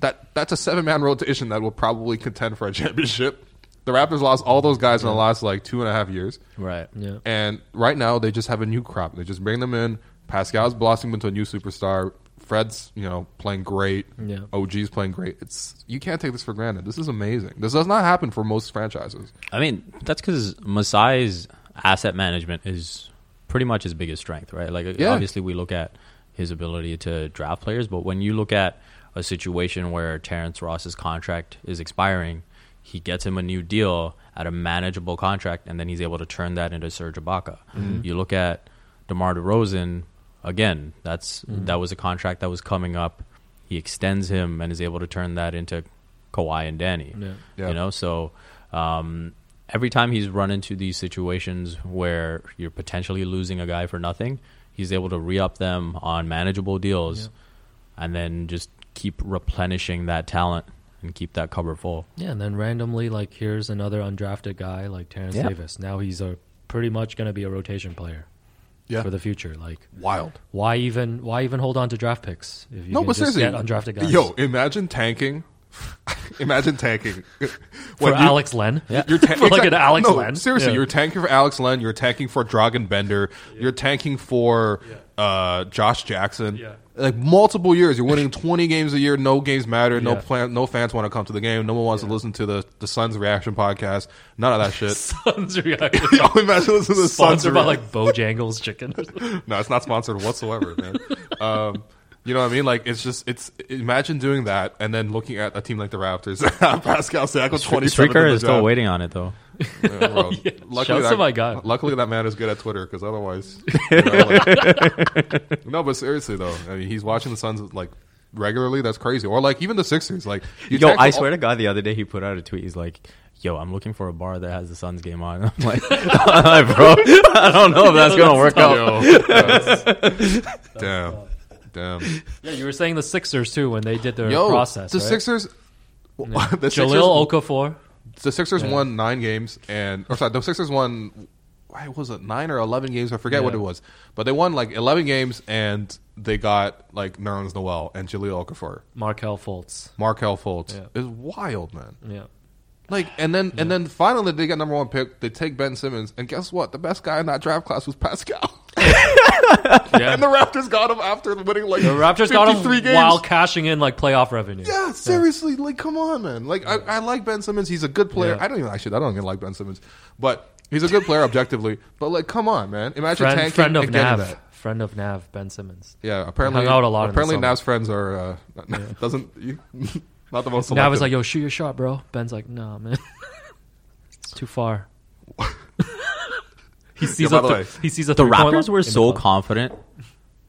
S3: That that's a seven man rotation that will probably contend for a championship. The Raptors lost all those guys in the last like two and a half years.
S6: Right.
S5: Yeah.
S3: And right now they just have a new crop. They just bring them in. Pascal's blossoming into a new superstar. Fred's, you know, playing great.
S5: Yeah.
S3: OG's playing great. It's you can't take this for granted. This is amazing. This does not happen for most franchises.
S6: I mean, that's because Masai's asset management is pretty much his biggest strength, right? Like,
S3: Yeah.
S6: obviously, we look at his ability to draft players, but when you look at a situation where Terrence Ross's contract is expiring, he gets him a new deal at a manageable contract, and then he's able to turn that into Serge Ibaka.
S3: Mm-hmm.
S6: You look at DeMar DeRozan again. That's
S3: Mm-hmm.
S6: that was a contract that was coming up. He extends him and is able to turn that into Kawhi and Danny.
S3: Yeah.
S6: You know, so um, every time he's run into these situations where you're potentially losing a guy for nothing, he's able to re up them on manageable deals and then just keep replenishing that talent and keep that cupboard full.
S5: Yeah, and then randomly, like, here's another undrafted guy like Terrence
S6: Yeah.
S5: Davis. Now he's a pretty much going to be a rotation player
S3: Yeah.
S5: for the future. Like,
S3: Wild.
S5: why even why even hold on to draft picks if you
S3: no,
S5: can
S3: but
S5: just
S3: seriously,
S5: get undrafted guys?
S3: Yo, imagine tanking. imagine tanking
S5: for Alex Len,
S3: You're ta-
S5: for like
S3: exactly.
S5: an Alex
S3: no,
S5: Len.
S3: Seriously,
S5: Yeah.
S3: you're tanking for Alex Len. You're tanking for Dragon Bender. You're tanking for uh, Josh Jackson.
S5: Yeah.
S3: Like multiple years, you're winning 20 games a year. No games matter. No
S5: Yeah.
S3: plan. No fans want to come to the game. No one wants to listen to the the Suns reaction podcast. None of that shit.
S5: Suns reaction.
S3: Yo, imagine listening to the Suns
S5: Sponsored by
S3: reaction.
S5: like Bojangles Chicken. or something.
S3: no, it's not sponsored whatsoever, man. Um, you know what I mean? Like it's just it's imagine doing that and then looking at a team like the Raptors. Pascal Siakam, 20
S6: Streaker is still waiting on it, though.
S3: Yeah, bro.
S5: Shouts
S3: Oh, that,
S5: to my guy.
S3: Luckily, that man is good at Twitter because otherwise, you know, like- no. But seriously, though, I mean, he's watching the Suns like regularly. That's crazy. Or like even the Sixers. Like, you
S6: Yo,
S3: text
S6: I
S3: all-
S6: swear to God, the other day he put out a tweet. He's like, Yo, I'm looking for a bar that has the Suns game on. I'm like, I'm like, bro, I don't know if that's going to work out.
S3: Yo, that's- damn, damn.
S5: yeah, you were saying the Sixers too when they did their
S3: Yo,
S5: process.
S3: the
S5: right?
S3: Sixers. the Sixers,
S5: Jalil Okafor.
S3: the Sixers won nine games, and or sorry, the Sixers won. Why was it nine or eleven games? I forget what it
S5: Yeah.
S3: was, but they won like eleven games, and they got like Nerlens Noel and Jaleel Okafor.
S5: Markel Fultz.
S3: Markel Fultz.
S5: Yeah.
S3: It's wild, man.
S5: Yeah.
S3: Like, and then and then finally they get number one pick. They take Ben Simmons, and guess what? The best guy in that draft class was Pascal. and the Raptors got him after winning like
S5: The Raptors got him
S3: three games.
S5: while cashing in like playoff revenue.
S3: yeah, seriously, like come on, man. Like I, I like Ben Simmons. He's a good player.
S5: Yeah.
S3: I don't even actually. I don't even like Ben Simmons, but he's a good player objectively. But like, come on, man. Imagine
S5: Friend,
S3: tanking
S5: friend of
S3: and getting
S5: Nav.
S3: that.
S5: Friend of Nav, Ben Simmons.
S3: Yeah, apparently
S5: Hung out a lot in the
S3: Apparently,
S5: summer.
S3: Nav's friends are uh, doesn't not the most. Selective.
S5: Nav was like, yo, shoot your shot, bro. Ben's like, nah, man. it's too far. he sees
S3: by
S5: a
S3: the
S5: th-
S3: way,
S5: he sees a
S6: the
S5: three-point
S6: Raptors
S5: line
S6: were
S5: in the
S6: so
S5: club.
S6: confident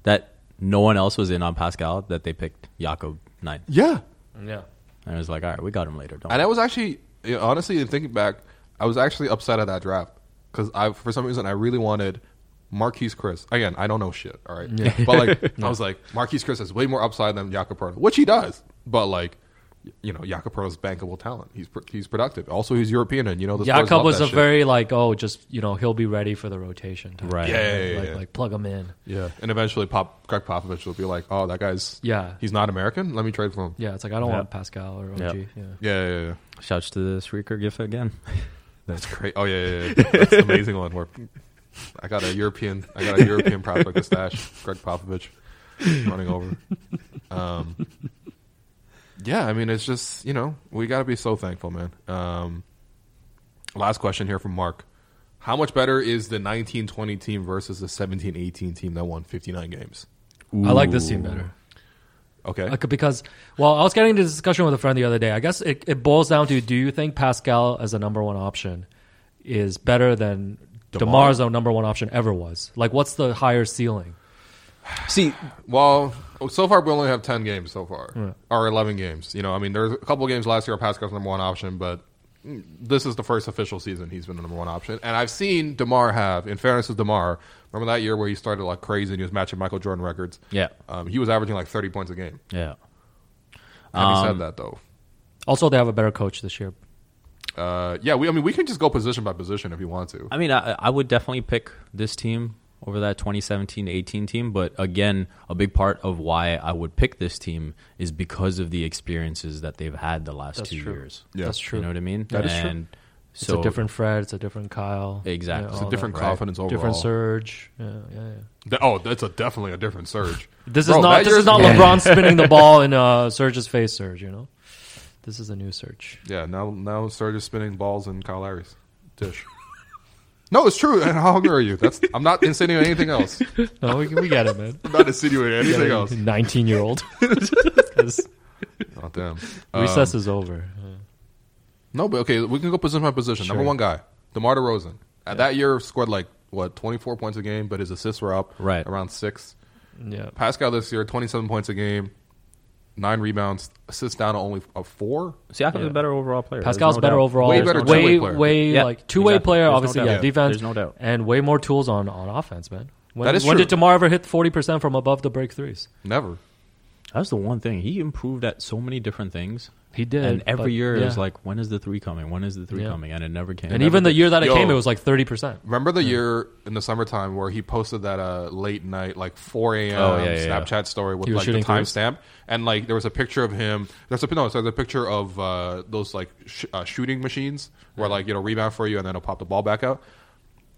S6: that no one else was in on Pascal that they picked Jakob nine.
S3: yeah,
S5: Yeah.
S6: And I was like, all right, we got him later. Don't
S3: And I
S6: worry."
S3: was actually, you know, honestly, in thinking back, I was actually upset at that draft because I, for some reason, I really wanted Marquise Chris. Again, I don't know shit. All right, but like, I was like, Marquise Chris has way more upside than Jakob Pertl, which he does. But like, y- you know, Jakob Pertl's bankable talent. He's pr- he's productive. Also, he's European, and you know, the Spurs
S5: Jakob
S3: love
S5: was
S3: that
S5: a
S3: shit.
S5: very like, oh, just you know, he'll be ready for the rotation. Type.
S6: Right.
S5: Like,
S3: Yeah, yeah, yeah,
S5: like,
S3: yeah.
S5: like, plug him in.
S3: yeah. And eventually, Pop Greg Popovich will be like, oh, that guy's
S5: Yeah.
S3: he's not American. Let me trade for him.
S5: Yeah, it's like I don't
S6: Yeah.
S5: want Pascal or OG.
S6: Yeah.
S5: Yeah.
S3: Yeah, yeah, yeah.
S6: Shouts to the Shrieker GIF again.
S3: That's great. Oh yeah, yeah, yeah. That's an amazing one. Where I got a European, I got a European prospect to stash. Greg Popovich running over. Um, yeah, I mean, it's just you know we got to be so thankful, man. Um, last question here from Mark: How much better is the nineteen twenty team versus the seventeen eighteen team that won fifty nine games?
S5: I like this team better.
S3: Okay,
S5: Like, because, well, I was getting into this discussion with a friend the other day. I guess it, it boils down to do you think Pascal as a number one option is better than DeMar's our number one option ever was. Like, what's the higher ceiling?
S6: See,
S3: Well, so far we only have ten games so far, or eleven games. You know, I mean, there's a couple games last year. Pascal's number one option, but this is the first official season he's been the number one option. And I've seen Demar have, in fairness to Demar, remember that year where he started like crazy and he was matching Michael Jordan records.
S6: Yeah.
S3: um, he was averaging like thirty points a game.
S6: yeah.
S3: Having
S6: Um,
S3: said that, though,
S5: Also, they have a better coach this year.
S3: uh, yeah, we I mean we can just go position by position if you want to.
S6: I mean, I, I would definitely pick this team over that 2017-18 team, but again, a big part of why I would pick this team is because of the experiences that they've had the last
S5: That's
S6: two
S5: true.
S6: years.
S3: Yeah.
S5: That's true.
S6: You know what I mean?
S5: That is true.
S6: and
S5: It's
S6: So
S5: a different Fred. It's a different Kyle.
S6: Exactly. It's a
S5: all
S3: different
S5: that, right?
S3: confidence overall.
S5: Different surge. Yeah, yeah, yeah.
S3: Th- oh, that's a definitely a different surge.
S5: This
S3: Bro, that
S5: is not. This
S3: year's-
S5: is not LeBron spinning the ball in uh, Surge's face, Surge. You know, this is a new Surge.
S3: Yeah, now now Serge is spinning balls in Kyle Lowry's dish. no, it's true. And how hungry are you? That's I'm not insinuating anything else. I'm
S5: No, we, we get it, man.
S3: not insinuating anything else.
S5: Nineteen-year-old.
S3: Oh damn. Um,
S5: recess is over.
S3: no, but okay, we can go position by position. Number one guy, DeMar DeRozan. At that year scored like what, twenty four points a game, but his assists were up
S6: Right.
S3: around six.
S5: Yeah.
S3: Pascal this year, twenty seven points a game, nine rebounds, assists down to only a four.
S6: Siakam's a better overall player. There's
S5: Pascal's
S6: no
S5: better
S6: doubt.
S5: overall.
S3: Way better
S5: way,
S3: two-way player.
S5: way,
S6: Yeah,
S5: like two way
S6: exactly.
S5: player.
S6: There's no
S5: obviously, yeah,
S6: doubt.
S5: defense.
S6: There's no doubt.
S5: And way more tools on on offense, man. When,
S3: That is
S5: when
S3: true.
S5: did Demar ever hit forty percent from above the break threes?
S3: Never.
S6: That's the one thing he improved at so many different things.
S5: He did,
S6: and every
S5: but-
S6: year it was
S5: yeah.
S6: like, when is the three coming? When is the three
S5: Yeah.
S6: coming? And it never came.
S5: And even the year that it
S3: Yo.
S5: came, it was like thirty percent.
S3: Remember
S6: Hmm.
S3: the year in the summertime where he posted that uh, late night, like 4 a.m.
S6: Oh, yeah, yeah,
S3: Snapchat story with
S5: He was
S3: like the
S5: shooting threes?
S3: timestamp, and like there was a picture of him. There's a no, there's a picture of uh, those like sh- uh, shooting machines where like you know rebound for you and then it'll pop the ball back out.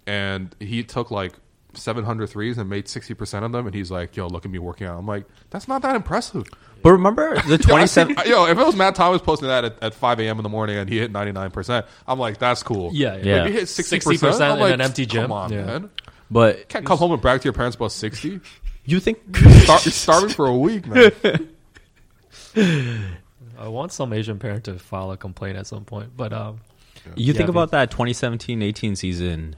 S3: And he took like 700 threes and made 60 percent of them, and he's like, "Yo, look at me working out." I'm like, "That's not that impressive."
S6: But remember the
S3: I
S6: twenty
S3: see-
S6: seven.
S3: yo, if it was Matt Thomas posting that at, at 5 a.m. in the morning and he hit 99 percent, I'm like, "That's cool."
S5: Yeah, yeah.
S6: Yeah.
S3: Like, you hit 60
S5: 60%
S3: percent
S5: in an empty gym.
S3: Come on,
S5: Yeah.
S3: man.
S6: But
S3: Can't come home and brag to your parents about sixty.
S6: you think?
S3: Star- you're starving for a week, man.
S5: I want some Asian parent to file a complaint at some point, but um,
S6: You think
S5: I
S6: about that 2017-18 season.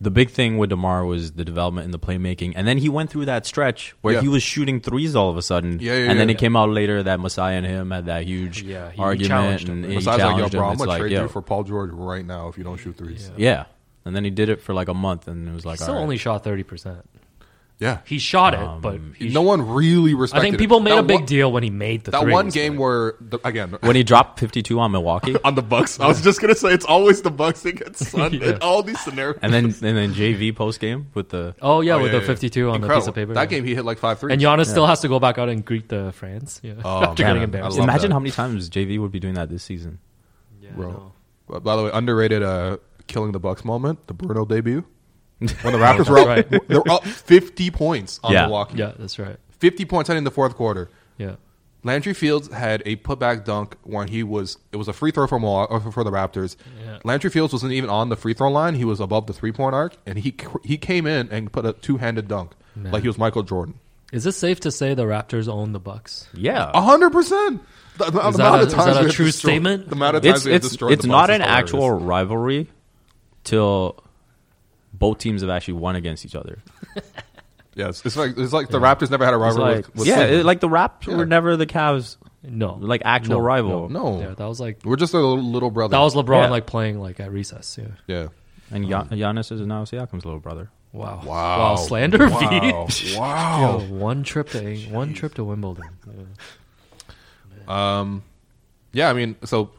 S6: The big thing with Demar was the development in the playmaking, and then he went through that stretch where
S3: Yeah.
S6: he was shooting threes all of a sudden.
S3: Yeah, yeah,
S6: and then
S3: yeah.
S6: it came out later that Masai and him had that huge
S5: Yeah, he- he
S6: argument,
S5: challenged
S6: and
S5: him.
S6: he
S3: Besides, like, yo,
S6: challenged
S3: bro,
S6: him.
S3: I'm
S6: It's
S3: gonna
S6: like,
S3: trade
S6: yo,
S3: you for Paul George right now if you don't shoot threes. Yeah,
S6: yeah. And then he did it for like a month, and it was like,
S5: he
S6: all
S5: still
S6: right.
S5: only shot thirty percent. He shot it, but he
S3: Um, no one really
S5: I
S3: respected.
S5: think
S3: it.
S5: people made
S3: That
S5: a big
S3: one-
S5: deal when he made the
S3: That
S5: threes,
S3: one game
S5: like-
S3: where the, again
S6: when he dropped 52 on Milwaukee,
S3: on the Bucks, I was just gonna say it's always the Bucks that get sunned
S5: Yeah.
S3: in all these scenarios.
S6: and then and then JV post game with the
S5: Oh yeah,
S3: Oh,
S5: with
S3: yeah,
S5: the
S3: yeah.
S5: fifty-two on the piece
S3: Incredible.
S5: of paper.
S3: That
S5: yeah.
S3: game he hit like five threes.
S5: and Giannis still has to go back out and greet the fans. Yeah,
S3: Oh,
S5: after
S3: man,
S5: getting
S3: I
S5: embarrassed.
S3: love
S6: Imagine
S3: that.
S6: how many times JV would be doing that this season.
S3: bro. By- By the way, underrated uh, killing the Bucks moment, the Bruno debut. When the Raptors were up,
S5: right.
S3: they were up fifty points on
S6: Oh, Yeah.
S3: Milwaukee.
S5: Yeah, that's right.
S3: Fifty points heading in the fourth quarter.
S5: Yeah,
S3: Landry Fields had a putback dunk when he was it was a free throw for Milwaukee, for the Raptors.
S5: Yeah.
S3: Landry Fields wasn't even on the free throw line; he was above the three point arc, and he he came in and put a two handed dunk like he was Michael Jordan.
S5: is it safe to say the Raptors own the Bucks?
S6: Yeah,
S3: A hundred percent. The, the
S5: Is
S3: amount
S5: that a-
S3: of
S5: is
S3: times
S5: that a
S3: we have
S5: true
S3: destroyed-
S5: statement?
S3: The amount of times
S6: it's
S3: we have
S6: it's,
S3: destroyed
S6: it's
S3: the
S6: not
S3: Bucks is
S6: an
S3: hilarious.
S6: actual rivalry till both teams have actually won against each other.
S3: Yes, it's like it's like the Raptors never had a
S6: It's
S3: rivalry.
S6: like,
S3: with, with
S6: yeah,
S3: Cleveland.
S6: it- like the Raps
S3: Yeah.
S6: were never the Cavs
S5: No,
S6: like actual
S5: No,
S6: rival.
S3: no,
S5: Yeah, that was like
S3: we're just a little, little brother.
S5: that was LeBron
S6: Yeah.
S5: like playing like at recess. Yeah.
S3: yeah.
S6: And Gian- Giannis is now Siakam's little brother.
S5: Wow.
S3: Wow.
S5: Wow. Slander
S3: Wow.
S5: feed.
S3: wow.
S5: one trip to one trip to Wimbledon. Yeah.
S3: Yeah, I mean, so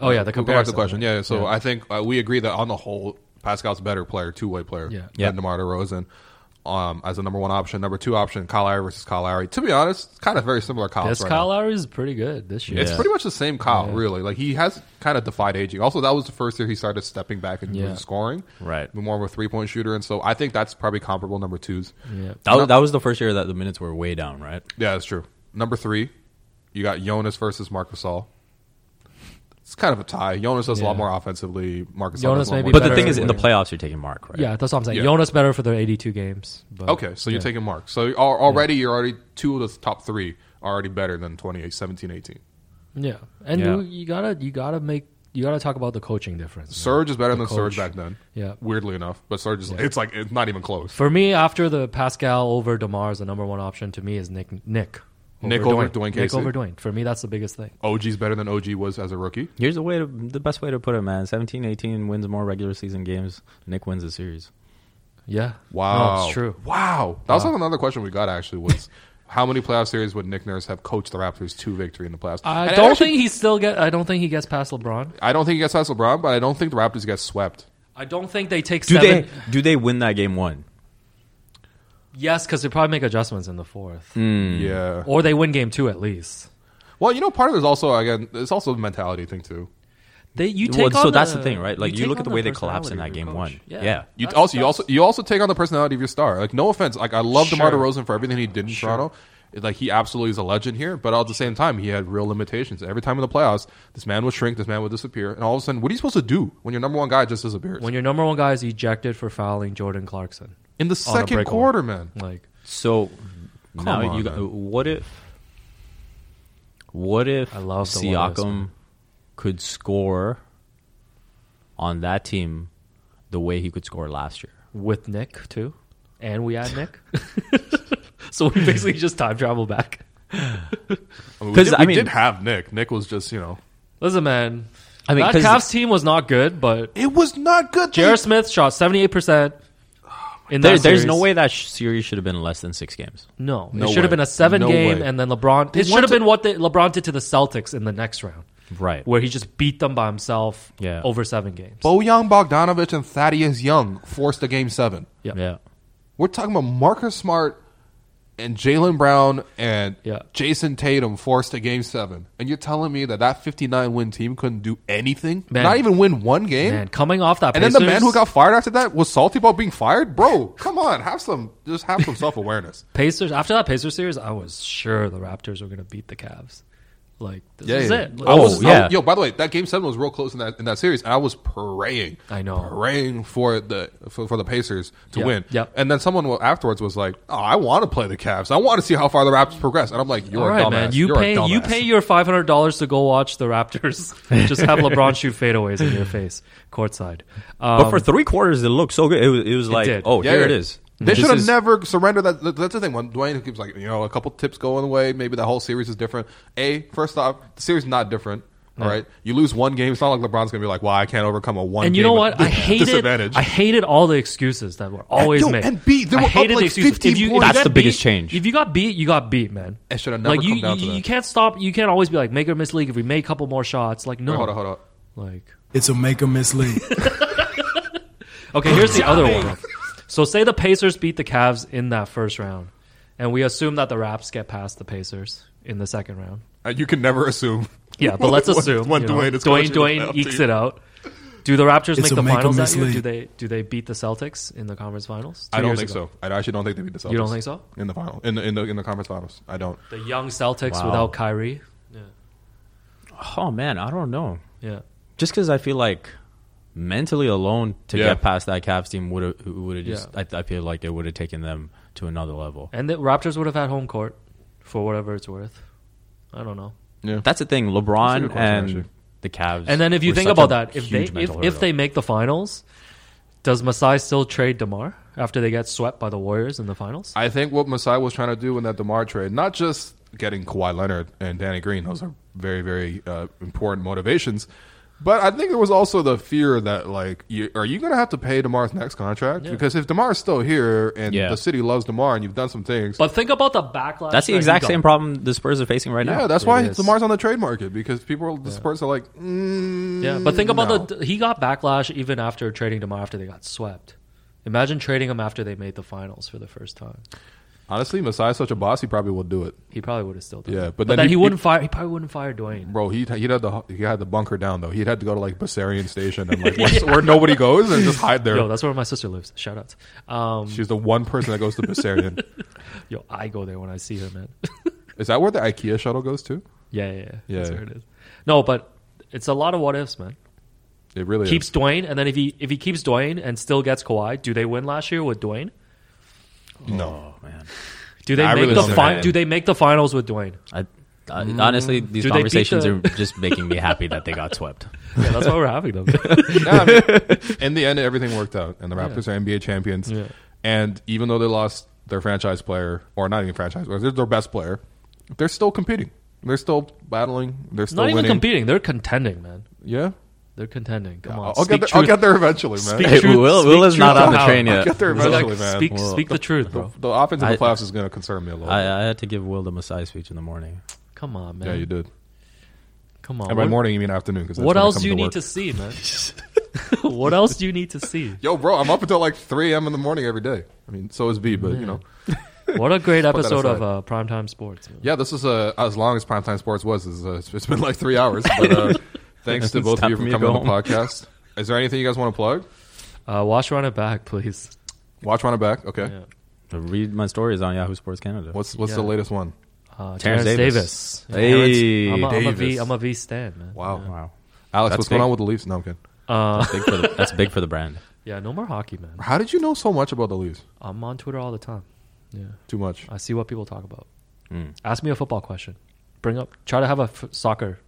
S5: Oh yeah, the
S3: We'll go back to
S5: comparison.
S3: the question. Yeah, so I think uh, we agree that on the whole, Pascal's a better player, two way player
S5: Yeah.
S6: Yeah.
S3: than DeMar DeRozan um, as a number one option. Number two option, Kyle Lowry versus Kyle Lowry. To be honest, kind of very similar Kyle.
S5: This Kyle Lowry is pretty good this year.
S3: It's
S6: Yeah.
S3: pretty much the same Kyle, really. Like he has kind of defied aging. Also, that was the first year he started stepping back and
S5: Yeah.
S3: scoring.
S6: Right.
S3: more of a three point shooter, and so I think that's probably comparable number twos.
S5: Yeah.
S6: That, was, that was the first year that the minutes were way down, right?
S3: Yeah, that's true. Number three, you got Jonas versus Marcus All. It's kind of a tie. Jonas does a lot
S5: Yeah.
S3: more offensively. Marcus
S5: Jonas
S3: does a lot
S5: may
S3: more
S5: be
S6: But the
S5: better
S6: thing is, in the
S5: than-
S6: playoffs, you're taking Mark, right?
S5: Yeah, that's what I'm saying.
S3: Yeah.
S5: Jonas better for the 82 games. But
S3: Okay, so you're
S5: yeah.
S3: taking Mark. So al- already you're already two of the top three are already better than 28, 17, 18.
S5: Yeah, and
S6: Yeah.
S5: You, you gotta you gotta make you got to talk about the coaching difference.
S3: Surge is better
S5: The
S3: than Surge
S5: coach.
S3: back then.
S5: Yeah.
S3: Weirdly enough, but Surge is it's like it's not even close.
S5: For me, after the Pascal over Demar is the number one option to me is Nick Nick
S3: Nick over Dwayne
S5: Nick
S3: Casey.
S5: over Dwayne. For me, that's the biggest thing.
S3: OG's better than OG was as a rookie.
S5: Oh,
S6: Here's the way to, the best way to put it, man. 17, 18 wins more regular season games. Nick wins the series.
S5: Yeah.
S3: Wow,
S5: No, it's true.
S3: Wow, that was another question we got actually was. How many playoff series would Nick Nurse have coached the Raptors to victory in the playoffs?
S5: I
S3: And
S5: don't
S3: actually-
S5: think he still get. I don't think he gets past LeBron.
S3: I don't think he gets past LeBron, but I don't think the Raptors get swept.
S5: I don't think they take
S6: Do
S5: seven.
S6: they do they win that game one?
S5: Yes, because they probably make adjustments in the fourth,
S3: Hmm. Yeah.
S5: or they win game two at least.
S3: Well, you know, part of it is also again, it's also a mentality thing too.
S5: They you
S6: Well,
S5: take
S6: so
S5: on
S6: that's the thing, right? Like, you
S5: take
S6: look at
S5: on
S6: the way they collapse in
S5: personality
S6: that
S5: of
S6: game
S5: your coach.
S6: one. Yeah.
S3: You
S5: That's-
S3: also you
S5: that's-
S3: also you also take on the personality of your star. Like, no offense, like I love DeMar
S5: Sure.
S3: DeRozan for everything he did in Toronto. Like he absolutely is a legend here, but at the same time, he had real limitations. Every time in the playoffs, this man would shrink, this man would disappear, and all of a sudden, what are you supposed to do when your number one guy just disappears?
S5: when your number one guy is ejected for fouling Jordan Clarkson.
S3: in the
S5: on a
S3: second
S5: breakaway.
S3: quarter, man.
S5: Like
S6: So now
S3: on,
S6: you
S3: man.
S6: got, what if what if
S5: I love the what ifs,
S6: Siakam
S5: man.
S6: could score on that team the way he could score last year?
S5: with Nick too, and we add Nick, so we basically just time travel back.
S3: I mean, we
S6: 'Cause,
S3: did,
S6: I
S3: we
S6: mean-
S3: did have Nick. Nick was just you know,
S5: Listen, man.
S6: I mean,
S5: that
S6: 'cause-
S5: Cavs team was not good, but
S3: it was not good.
S5: J.R. Smith shot seventy eight percent. In
S6: There,
S5: that
S6: there's
S5: series.
S6: no way that sh- series should have been less than six games.
S5: No,
S3: No
S5: it should have
S3: way.
S5: been a seven
S3: No
S5: game,
S3: way.
S5: and then LeBron. It
S3: They
S5: should have
S3: went to-
S5: been what the, LeBron did to the Celtics in the next round,
S6: Right.
S5: where he just beat them by himself
S6: Yeah.
S5: over seven games.
S3: Bojan Bogdanovic and Thaddeus Young forced a game seven.
S5: Yeah.
S6: Yeah.
S3: We're talking about Marcus Smart and Jalen Brown and
S5: Yeah.
S3: Jason Tatum forced a game seven, and you're telling me that that 59 win team couldn't do anything,
S5: Man.
S3: not even win one game.
S5: Man, coming off that,
S3: and then the
S5: Pacers-
S3: man who got fired after that was salty about being fired. Bro, come on, have some, just have some self awareness.
S5: Pacers after that Pacers series, I was sure the Raptors were going to beat the Cavs. Like this is it.
S3: I
S5: Like,
S3: was,
S6: Oh,
S3: I was-
S6: yeah.
S3: yo, by the way, that game seven was real close in that in that series, and I was praying.
S5: I know.
S3: praying for the for, for the Pacers to
S5: Yeah,
S3: win.
S5: yeah.
S3: And then someone wa- afterwards was like, "Oh, I want to play the Cavs. I want to see how far the Raptors progress." And I'm like, "You're
S5: all
S3: a
S5: right,
S3: dumbass.
S5: man. You
S3: You're a
S5: pay you
S3: dumbass."
S5: pay your five hundred dollars to go watch the Raptors. Just have LeBron shoot fadeaways in your face, courtside. Um,
S6: But for three quarters, it looked so good. It was, it was like,
S5: did.
S6: oh,
S3: Yeah,
S6: here
S3: yeah.
S6: it is.
S3: They
S6: This
S3: should have
S6: is-
S3: never surrendered that. that- That's the thing. When Dwayne keeps like, you know, a couple tips go in the way, maybe the whole series is different. A, first off, the series is not different. All right, you lose one game. It's not like LeBron's gonna be like, "Well, I can't overcome a one."
S5: and you
S3: game
S5: know what? I hated.
S3: disadvantage.
S5: I hated all the excuses that were always
S3: yo,
S5: made.
S3: and beat. They
S5: I
S3: were up
S5: hated
S3: like
S5: the excuses.
S3: 15
S5: If you- if you
S3: points.
S5: got
S6: That's the
S5: beat-
S6: biggest change.
S5: If you got beat, you got beat, man.
S3: It should have never
S5: like you,
S3: come down to
S5: you,
S3: that.
S5: you can't stop. You can't always be like make or miss league. If we make a couple more shots, like no,
S3: Hold on, hold on.
S5: like
S7: It's a make or miss league.
S5: Okay, here's the other one. So say the Pacers beat the Cavs in that first round, and we assume that the Raps get past the Pacers in the second round.
S3: Uh, You can never assume.
S5: Yeah, but let's assume
S3: When
S5: you know,
S3: Dwayne is
S5: Dwayne
S3: coaching the
S5: Dwayne
S3: playoff
S5: ekes
S3: team.
S5: it out. Do the Raptors
S7: It's
S5: make
S7: a
S5: the
S7: make or
S5: finals that
S7: miss
S5: year? Do
S7: league.
S5: they do they beat the Celtics in the conference finals? Two
S3: I don't
S5: years
S3: think
S5: ago.
S3: so. I actually don't think they beat the Celtics.
S5: You don't think so?
S3: In the final, in the in the, in the conference finals, I don't.
S5: The young Celtics
S6: Wow.
S5: without Kyrie.
S6: Oh, man. I don't know.
S5: Yeah.
S6: Just because I feel like mentally alone to
S3: Yeah.
S6: get past that Cavs team would have would have just,
S5: Yeah.
S6: I, I feel like it would have taken them to another level.
S5: And the Raptors would have had home court for whatever it's worth. I don't know.
S6: That's the thing. LeBron
S3: good question,
S6: and
S3: actually.
S6: the Cavs.
S5: And then if you
S6: were
S5: think
S6: such
S5: about
S6: a
S5: that, if they
S6: huge
S5: if,
S6: mental
S5: if
S6: hurdle.
S5: they make the finals, does Masai still trade Demar after they get swept by the Warriors in the finals?
S3: I think what Masai was trying to do in that Demar trade, not just getting Kawhi Leonard and Danny Green, those are very very uh, important motivations. But I think there was also the fear that like, you, are you going to have to pay Demar's next contract? Because if Demar's still here and
S6: Yeah.
S3: the city loves Demar and you've done some things,
S5: But think about the backlash.
S6: That's the
S5: that he
S6: exact
S5: got.
S6: same problem the Spurs are facing right now.
S3: yeah, that's why
S5: it is.
S3: Demar's on the trade market because people, the Spurs are like, mm,
S5: Yeah, but think about
S3: no.
S5: the he got backlash even after trading Demar after they got swept. Imagine trading him after they made the finals for the first time.
S3: honestly, Masai's such a boss, he probably will do it.
S5: He probably would have still done.
S3: Yeah,
S5: it.
S3: but
S5: then,
S3: then
S5: he,
S3: he-
S5: wouldn't fire. He probably wouldn't fire Dwayne.
S3: Bro, he'd, he'd had the he had the bunker down though. He'd had to go to like Bessarian Station and like where, where nobody goes and just hide there.
S5: Yo, that's where my sister lives. Shout outs. Um,
S3: She's the one person that goes to Bessarian.
S5: yo, I go there when I see her, man.
S3: is that where the IKEA shuttle goes to?
S5: yeah, yeah, yeah, That's
S3: Yeah.
S5: where it is. No, but it's a lot of what ifs, man.
S3: It really
S5: keeps
S3: is.
S5: Dwayne, and then if he if he keeps Dwayne and still gets Kawhi, do they win last year with Dwayne?
S3: No,
S6: Oh man,
S5: Do they
S3: I
S5: make
S3: really
S5: the
S3: don't
S5: fi-
S6: know.
S5: Do they make the finals with Dwayne?
S6: I Uh, Honestly, these
S5: Mm. Do they beat
S6: conversations
S5: the-
S6: are just making me happy that they got swept.
S5: Yeah, that's why we're having them.
S3: Yeah, I mean, in the end, everything worked out, and the Raptors are NBA champions.
S5: Yeah.
S3: And even though they lost their franchise player, or not even franchise, player, they're their best player, they're still competing. They're still battling. They're still
S5: Not even
S3: winning.
S5: competing. They're contending, man.
S3: Yeah,
S5: They're contending. Come on.
S3: I'll, I'll
S5: speak
S3: get there, I'll
S5: truth.
S3: get there eventually, man.
S5: Speak
S6: Hey,
S5: truth.
S6: Will- Will
S5: speak
S6: is not
S5: truth
S6: on the
S5: somehow.
S6: train yet.
S3: I'll get there
S5: It's like,
S3: eventually, man.
S5: Speak,
S3: Well,
S5: speak the truth,
S3: the,
S5: bro.
S3: the offense in the
S6: I-
S3: playoffs is going to concern me a little.
S6: I, I had to give Will the Messiah speech in the morning.
S5: Come on, man.
S3: yeah, you did.
S5: Come on.
S3: And by
S5: What-
S3: morning, you mean afternoon. 'cause that's
S5: What
S3: when I
S5: else
S3: come
S5: do you
S3: to
S5: need
S3: work.
S5: to see, man? what else do you need to see?
S3: Yo, bro, I'm up until like 3 a.m. in the morning every day. I mean, so is B, but you know.
S5: What a great
S3: that
S5: episode of
S3: aside.
S5: uh, Primetime Sports. Man.
S3: Yeah, this is uh, as long as primetime sports was. Is, uh, it's- it's been like three hours. But uh, thanks to
S6: It's
S3: both of
S6: time
S3: you
S6: for
S3: for
S6: me to
S3: coming
S6: go
S3: on the podcast. Is there anything you guys want to plug?
S5: Uh, wash run it back, please.
S3: Watch Run It Back. Okay.
S5: Yeah.
S6: Read my stories on Yahoo Sports Canada.
S3: What's what's
S5: Yeah.
S3: the latest one?
S5: Uh,
S6: Terrence
S5: Terrence,
S6: Davis.
S5: Davis.
S6: Hey,
S5: Terrence- I'm, a, I'm a V.
S3: Davis.
S5: I'm a V stand, man.
S3: Wow.
S6: wow?
S3: Alex,
S6: That's
S3: what's going
S6: big.
S3: on with the Leafs? No, I'm kidding.
S5: Uh,
S6: Big for the, that's big for the brand.
S5: yeah, no more hockey, man.
S3: How did you know so much about the Leafs?
S5: I'm on Twitter all the time. Yeah,
S3: Too much.
S5: I see what people talk about.
S3: Hmm.
S5: Ask me a football question. Bring up. Try to have a f- soccer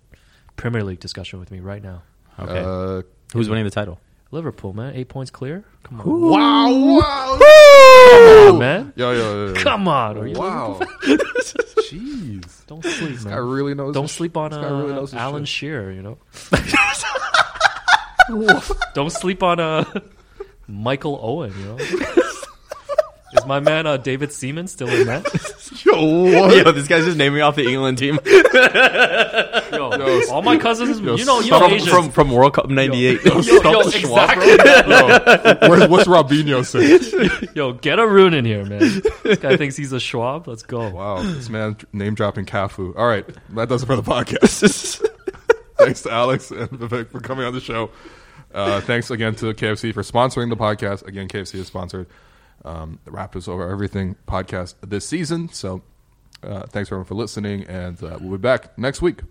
S5: Premier League discussion with me right now.
S6: Okay,
S3: Uh,
S6: who's winning the title?
S5: Liverpool, man. Eight points clear. Come on,
S3: wow! Wow!
S5: Come on, man.
S3: Yo, yo, yo, yo.
S5: Come on. Are you
S3: Wow! Jeez!
S5: Don't sleep, man.
S3: I really know.
S5: Don't sleep on
S3: this guy
S5: uh,
S3: really knows his
S5: Alan
S3: shit.
S5: Shearer, you know. Don't sleep on uh, Michael Owen, you know. Is my man uh, David Seaman still in that?
S6: Yo, what? Oh, Yo, this guy's just naming off the England team.
S5: Yo, all my cousins,
S3: yo,
S5: you know, you know,
S6: from,
S5: Asians.
S6: from from World Cup '98.
S5: yo, yo, exactly.
S3: Where's, what's Robinho saying?
S5: Yo, get a rune in here, man. This guy thinks he's a Schwab. Let's go.
S3: Wow, this man name dropping Cafu. All right, that does it for the podcast. thanks to Alex and Vivek for coming on the show. Uh, thanks again to KFC for sponsoring the podcast. Again, KFC has sponsored um, the Raptors Over Everything podcast this season. So uh, thanks everyone for listening, and uh, we'll be back next week.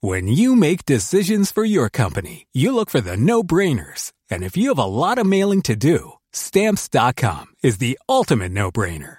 S4: When you make decisions for your company, you look for the no-brainers. And if you have a lot of mailing to do, stamps.com is the ultimate no-brainer.